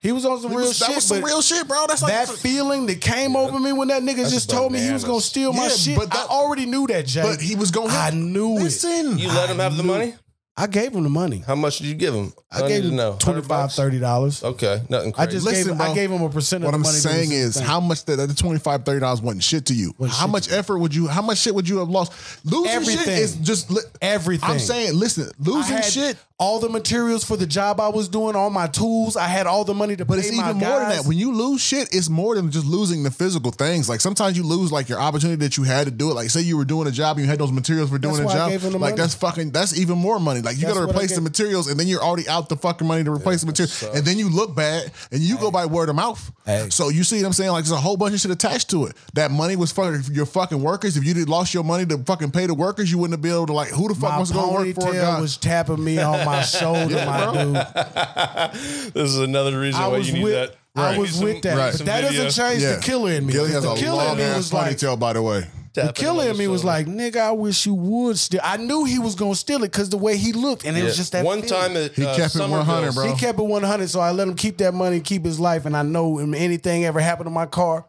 he was on some He real was- shit. that was some but real shit, bro. That's like that feeling that came over me when that nigga just told me he was gonna bananas. steal my Yeah, shit. but that- I already knew that, Jay. but he was going. I knew it. Listen, You let him have the knew- money? I gave him the money. How much did you give him? I gave need to him know. 100 $25, bucks? 30 dollars. Okay, nothing I crazy. just Listen, gave, bro. I gave him a percent of What the I'm money. that was saying his is, thing. how much that the 25 30 dollars wasn't shit to you. Wasn't how shit much to me. effort would you? How much shit would you have lost? Losing shit Everything. is just. Li- everything. I'm saying, listen, I losing had shit. all the materials for the job I was doing, all my tools. I had all the money to But pay it's my even more than guys. that. When you lose shit, it's more than just losing the physical things. Like sometimes you lose like your opportunity that you had to do it. Like say you were doing a job and you had those materials for doing That's why a I job. gave him the like money. that's fucking that's even more money. Like you That's got to what I replace the gave- materials and then you're already out the fucking money to replace the materials. And then you look bad and you go by word of mouth. Hey. So you see what I'm saying? Like there's a whole bunch of shit attached to it. That money was for your fucking workers. If you did lost your money to fucking pay the workers, you wouldn't have been able to like who the fuck my wants to go work for a ponytail guy? was tapping me on my shoulder, my dude. this is another reason I why was you need with, that. I was with that, Right. but that doesn't change Yeah. the killer in me. Gilly has the a killer in long me ass was like, ponytail, by the way. the killer in me was like, nigga, I wish you would steal. I knew he was gonna steal it because the way he looked, and it was just that one feeling. time at He uh, kept it 100, Somerville, bro. He kept it 100, so I let him keep that money, keep his life, and I know if anything ever happened to my car,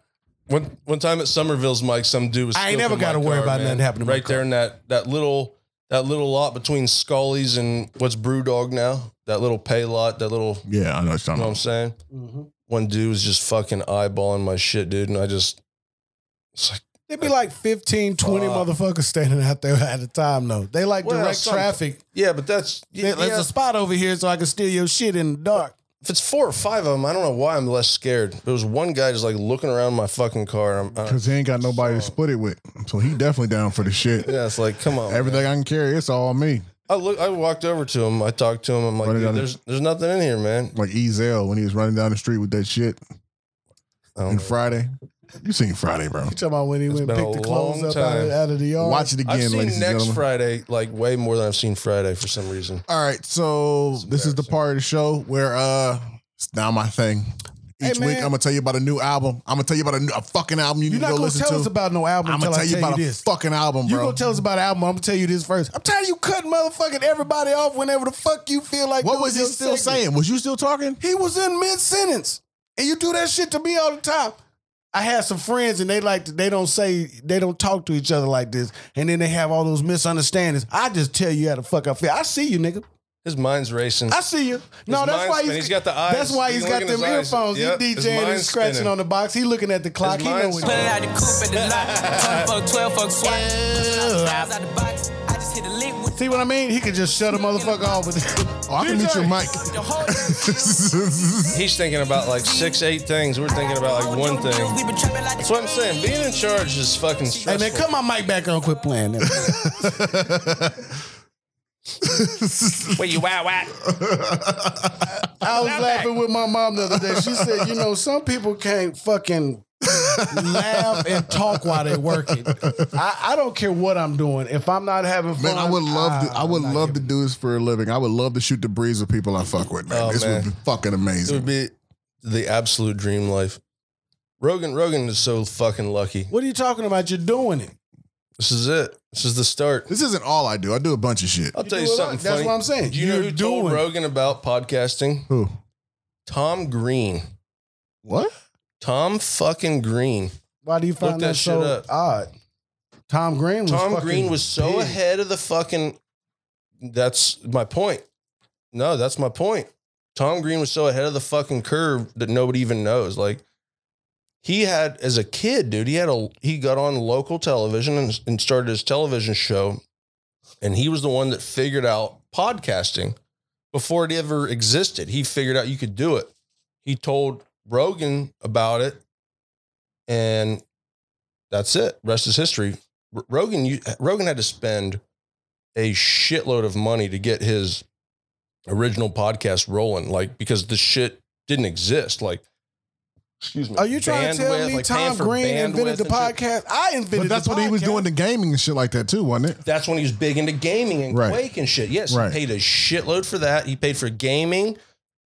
One one time at Somerville's, Mike, some dude was. I ain't snooping never gotta my worry car, about man. nothing happening to my right there in that that little that little lot between Scully's and what's Brewdog now. That little pay lot. That little. You Yeah, I know what you're know what I'm saying? One dude was just fucking eyeballing my shit, dude, and I just. It's like There'd be like 15, 20 Fuck. motherfuckers standing out there at a time, though. They like Well, direct some- traffic. yeah, but that's yeah, There- There's a spot over here so I can steal your shit in the dark. if it's four or five of them, I don't know why I'm less scared. There was one guy just like looking around my fucking car. and I'm, I, Because he ain't got nobody to split it with. So he definitely down for the shit. yeah, it's like, come on. Everything I can carry, it's all me. I look. I walked over to him. I talked to him. I'm like, Running down dude, the- there's there's nothing in here, man. Like Ezel when he was running down the street with that shit I don't on know. Friday. You seen Friday, bro? You talking about when he went and been picked a the clothes long up out of, time. out of the yard? Watch it again, ladies I've seen and next gentlemen. Friday like way more than I've seen Friday for some reason. All right, so this is the part of the show where uh it's now my thing. Each Hey, week man. I'm gonna tell you about a new album. I'm gonna tell you about a, new, a fucking album you need You're to not go gonna listen tell to. us about no album I'm until gonna tell I you about you a this. fucking album, You bro. gonna tell us about an album? I'm gonna tell you this first. I'm tired of you cutting motherfucking everybody off whenever the fuck you feel like. what doing was he your still segment. saying? Was you still talking? He was in mid sentence, and you do that shit to me all the time. I had some friends, and they like they don't say they don't talk to each other like this, and then they have all those misunderstandings. I just tell you how the fuck I feel. I see you, nigga. His mind's racing. I see you. No, His that's why mind's he's, spinning. He's got the eyes. That's why You he's can got look in them his eyes. earphones. Yep. He His DJing and mind's scratching spinning. on the box. He looking at the clock. He know mind's what. Put it out the coop at the lot. 20 fuck 12 fuck swat. Out the box. I just hit a lick with See what I mean? He could just shut a motherfucker off with Oh, I can mute your mic. the whole He's thinking about like six, eight things. We're thinking about like one thing. That's what I'm saying. Being in charge is fucking Hey stressful. man, cut my mic back on. Quit playing. that. Where you wow wow. I was laughing with my mom the other day. She said, "You know, some people can't fucking laugh and talk while they're working. I, I don't care what I'm doing. If I'm not having fun, Man, I would love to, I would I'm not love to do this for a living. I would love to shoot the breeze with people I fuck with, man. Oh, this man. would be fucking It amazing. would be the absolute dream life. Rogan, Rogan is so fucking lucky. What are you talking about? You're doing it. This is it. This is the start. this isn't all I do. I do a bunch of shit. I'll You tell you do a lot. something That's funny. what I'm saying. Do you know You're who doing told it. Rogan about podcasting? Who? Tom Green. What? Tom fucking Green. Why do you find that that, shit so up. odd? Tom Green. Was Tom fucking Green was so big. ahead of the fucking. That's my point. No, that's my point. Tom Green was so ahead of the fucking curve that nobody even knows. Like he had as a kid, dude. He had a he got on local television and, and started his television show, and he was the one that figured out podcasting before it ever existed. He figured out you could do it. He told Rogan about it, and that's it. Rest is history. R- Rogan, you, uh, Rogan had to spend a shitload of money to get his original podcast rolling, like because the shit didn't exist. Like, excuse me. Are you trying to tell Bandwidth, me like, paying Tom for Green invented bandwidth the and shit. podcast? I But invented. that's the what he was podcast. doing to gaming and shit like that too, wasn't it? That's when he was big into gaming and Right. Quake and shit. Yes, Right. he paid a shitload for that. He paid for gaming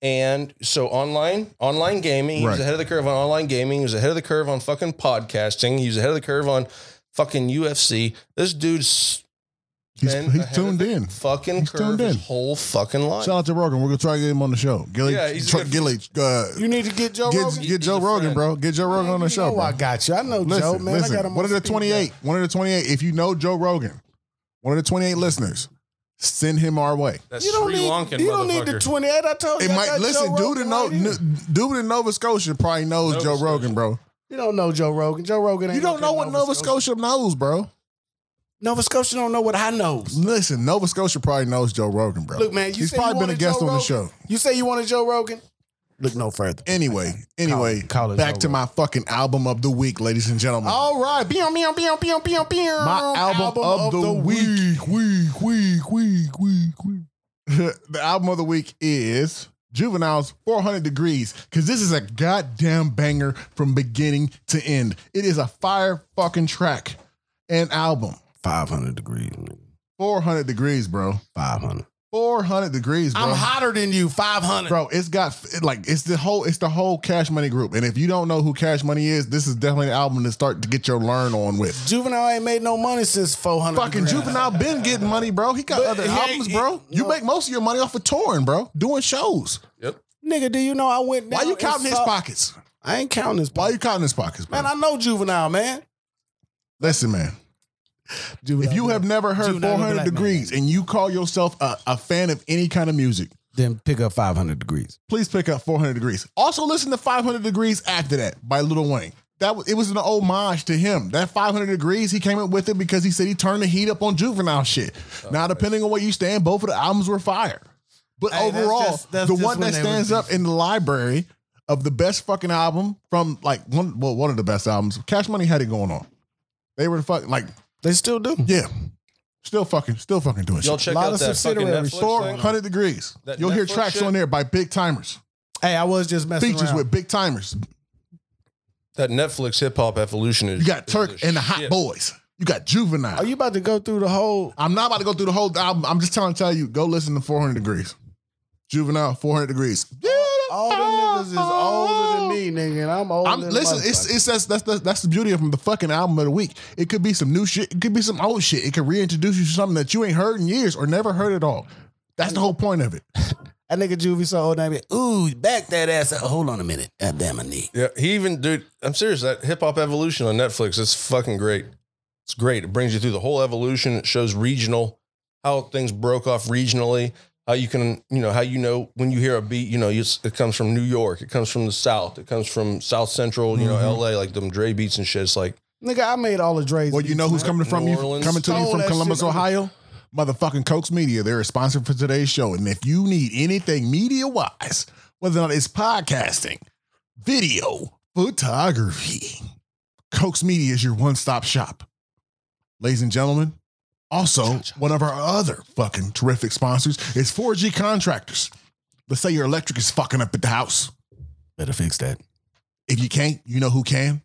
and so online, online gaming. He was Right. ahead of the curve on online gaming. He was ahead of the curve on fucking podcasting. He was ahead of the curve on fucking UFC. This dude's He's, been he's ahead of tuned the in. Fucking He's curve tuned his in. whole fucking life. Shout out to Rogan. We're gonna try to get him on the show. Gilly, Yeah, he's a try- good- Gilly, uh, You need to get Joe get, Rogan. get Joe a Rogan, friend. bro. Get Joe Rogan on the show. Oh, bro. I got you. I know Listen, Joe, man. listen. I got him one on of the speed twenty eight, dial. one of the twenty eight. If you know Joe Rogan, one of the twenty eight listeners, send him our way. That's You don't Sri need. Lankan you don't need the motherfucker. twenty eight. I told you. It I might got listen, Joe dude Rogan in right no, here. n- dude in Nova Scotia probably knows Nova Joe Scotia. Rogan, bro. You don't know Joe Rogan. Joe Rogan. Ain't You don't no know kid what in Nova Scotia. knows, bro. Nova Scotia don't know what I knows. Listen, Nova Scotia probably knows Joe Rogan, bro. Look, man. You he's say probably you been a wanted guest Joe on the Rogan? show. You say you wanted Joe Rogan? Look no further. Anyway, anyway, call it back Joe to my fucking album of the week, ladies and gentlemen. All right. Beow, meow, meow, meow, meow, meow. my Oh, album, of, the, week. Week, week, week, week, week. the album of the week is Juvenile's 400 Degrees, because this is a goddamn banger from beginning to end. It is a fire fucking track and album. Five hundred degrees. 400 degrees, bro. Five hundred. 400 degrees, bro. I'm hotter than you. Five hundred. Bro, it's got it, like it's the whole it's the whole Cash Money group, and if you don't know who Cash Money is, this is definitely an album to start to get your learn on with. Juvenile ain't made no money since 400. Fucking degrees. juvenile been getting money, bro. He got But other he albums, ain't- bro. he- you no. make most of your money off of touring, bro. Doing shows. Nigga, do you know I went Why down you and counting his saw- pockets? I ain't counting his Why pocket. you counting his pockets, bro? Man, I know Juvenile, man. Listen, man. Juvenile If you have never heard Juvenile 400 black man. degrees and you call yourself a, a fan of any kind of music, then pick up 500 degrees. please pick up 400 degrees. Also, listen to 500 degrees after that by Lil Wayne. That was, it was an homage to him. That 500 degrees, he came up with it because he said he turned the heat up on juvenile shit. Oh, now, depending on where you stand, both of the albums were fire. But Hey, that's overall, just- that's the just one when that they was stands up in the library of the best fucking album from like one, well, one of the best albums. Cash Money had it going on. They were fucking like, They still do. yeah, still fucking, still fucking doing Y'all shit. check Lot out of that fucking subsidiaries. Netflix thing. 400 degrees. That You'll hear Netflix tracks shit? on there by big timers Hey, I was just messing features around. with big timers. That Netflix hip hop evolution is. You got is Turk and the Hot shit. Boys. You got Juvenile. Are Oh, you about to go through the whole? I'm not about to go through the whole album. I'm just trying to tell you, go listen to 400 Degrees. Juvenile, 400 Degrees. All the niggas is older than me, nigga, and I'm older. I'm than a listen. It's motherfucker. it's that's, that's that's that's the beauty of them, the fucking album of the week. It could be some new shit. It could be some old shit. It could reintroduce you to something that you ain't heard in years or never heard at all. That's the whole point of it. that nigga Juvie so old. and I be, Ooh, back that ass up. Hold on a minute. God damn, my knee. Yeah, he even dude. I'm serious. That hip hop evolution on Netflix. It's fucking great. It's great. It brings you through the whole evolution. It shows regional how things broke off regionally. How you can you know how you know when you hear a beat. You know you, it comes from New York. It comes from the South. It comes from South Central. You know L.A. Like them Dre beats and shit. It's like nigga, I made all the Dre's. Well, you know who's coming from New you, Orleans. coming to you Stole from that Columbus, shit. Ohio. Motherfucking Cokes Media. They're a sponsor for today's show. And if you need anything media wise, whether or not it's podcasting, video, photography, Cokes Media is your one stop shop. Ladies and gentlemen, also one of our other fucking terrific sponsors is 4G Contractors. Let's say your electric is fucking up at the house. better fix that. If you can't, you know who can?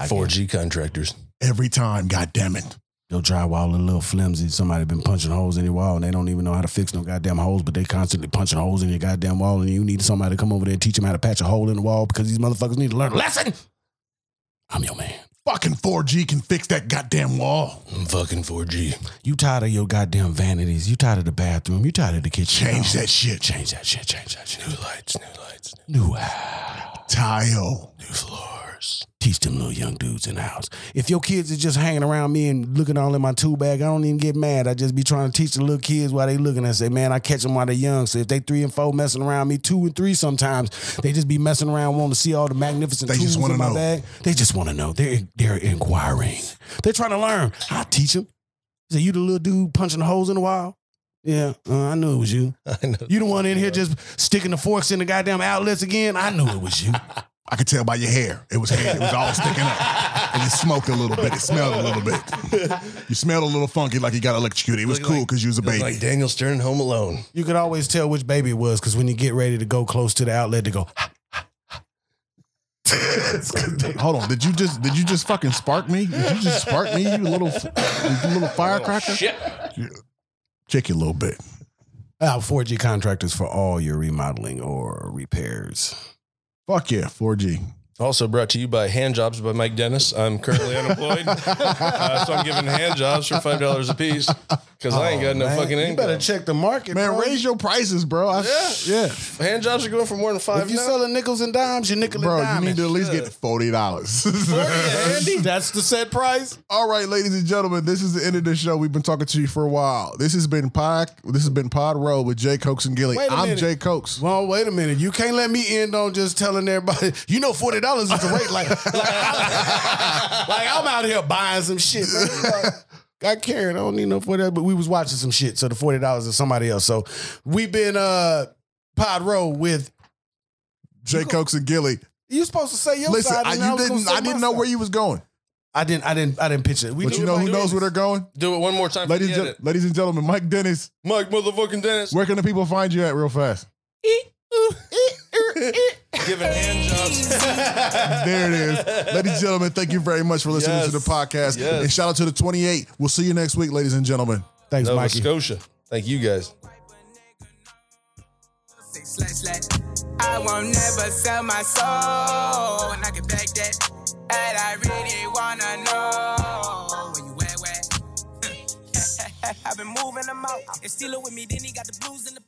4G contractors. Every time, goddammit. Your drywall a little flimsy. Somebody been punching holes in your wall and they don't even know how to fix no goddamn holes, but they constantly punching holes in your goddamn wall and you need somebody to come over there and teach them how to patch a hole in the wall because these motherfuckers need to learn a lesson. I'm your man. Fucking 4G can fix that goddamn wall. I'm fucking 4G. You tired of your goddamn vanities. You tired of the bathroom. You tired of the kitchen. Change that shit. Change that shit. Change that shit. New lights. New lights. New house. Tile. New floors. Teach them little young dudes in the house. If your kids is just hanging around me and looking all in my tool bag, I don't even get mad. I just be trying to teach the little kids while they looking. I say, man, I catch them while they're young. So if they three and four messing around me, two and three sometimes, they just be messing around wanting to see all the magnificent They just tools wanna in my know. bag. They just want to know. They're, they're inquiring. They're trying to learn. I teach them. Say, you the little dude punching holes in the wall? Yeah, uh, I knew it was you. I know. You the one in here just sticking the forks in the goddamn outlets again? I knew it was you. I could tell by your hair. It was hair. It was all sticking up. And it smoked a little bit. It smelled a little bit. You smelled a little funky like you got electrocuted. It was Look cool like- because you was a Look baby. Like Daniel Stern in Home Alone. You could always tell which baby it was because when you get ready to go close to the outlet to go, Hold on. Did you just did you just fucking spark me? Did you just spark me? You little you little firecracker. You- Check you a little bit. out 4G contractors for all your remodeling or repairs. Fuck yeah, 4G. Also brought to you by Handjobs by Mike Dennis. I'm currently unemployed, uh, so I'm giving handjobs for five dollars a piece because I ain't got no Oh, Man, fucking You better income. check the market, Man, bro. raise your prices, bro. I, Yeah. yeah. handjobs are going for more than five. if you now. selling nickels and dimes, you're nickel Bro, and you diamond. need to at least get forty dollars. That's the set price. All right, ladies and gentlemen, this is the end of the show. We've been talking to you for a while. This has been Pod. This has been Pod Road with Jay Cokes and Gilly. Wait a I'm minute. Jay Cokes. Well, wait a minute. You can't let me end on just telling everybody, you know, forty dollars is the rate. Like, like, I'm, like, I'm out here buying some shit. bro. Like, I care. I don't need no forty. dollars, But we was watching some shit, so the forty dollars is somebody else. So we've been uh pod row with. Jay Cokes and Gilly. You supposed to say your Listen, side. I, and I you was gonna didn't. say I didn't my know side. where you was going, I didn't. I didn't. I didn't pitch it. We but knew you know about who doing knows this. where they're going. Do it one more time. Ladies, Forget and gen- ladies and gentlemen, Mike Dennis. it. Mike motherfucking Dennis Where can the people find you at, real fast? giving handjobs. There it is, ladies and gentlemen. Thank you very much for listening Yes. to the podcast, Yes. and shout out to the 28. We'll see you next week, ladies and gentlemen. Thanks, Nova Mikey. Scotia. Thank you guys. Say slash slash. I won't never sell my soul, and I can back that. And I really wanna know where you at, where. I've been moving them out. It's stealing with me, then he got the blues in the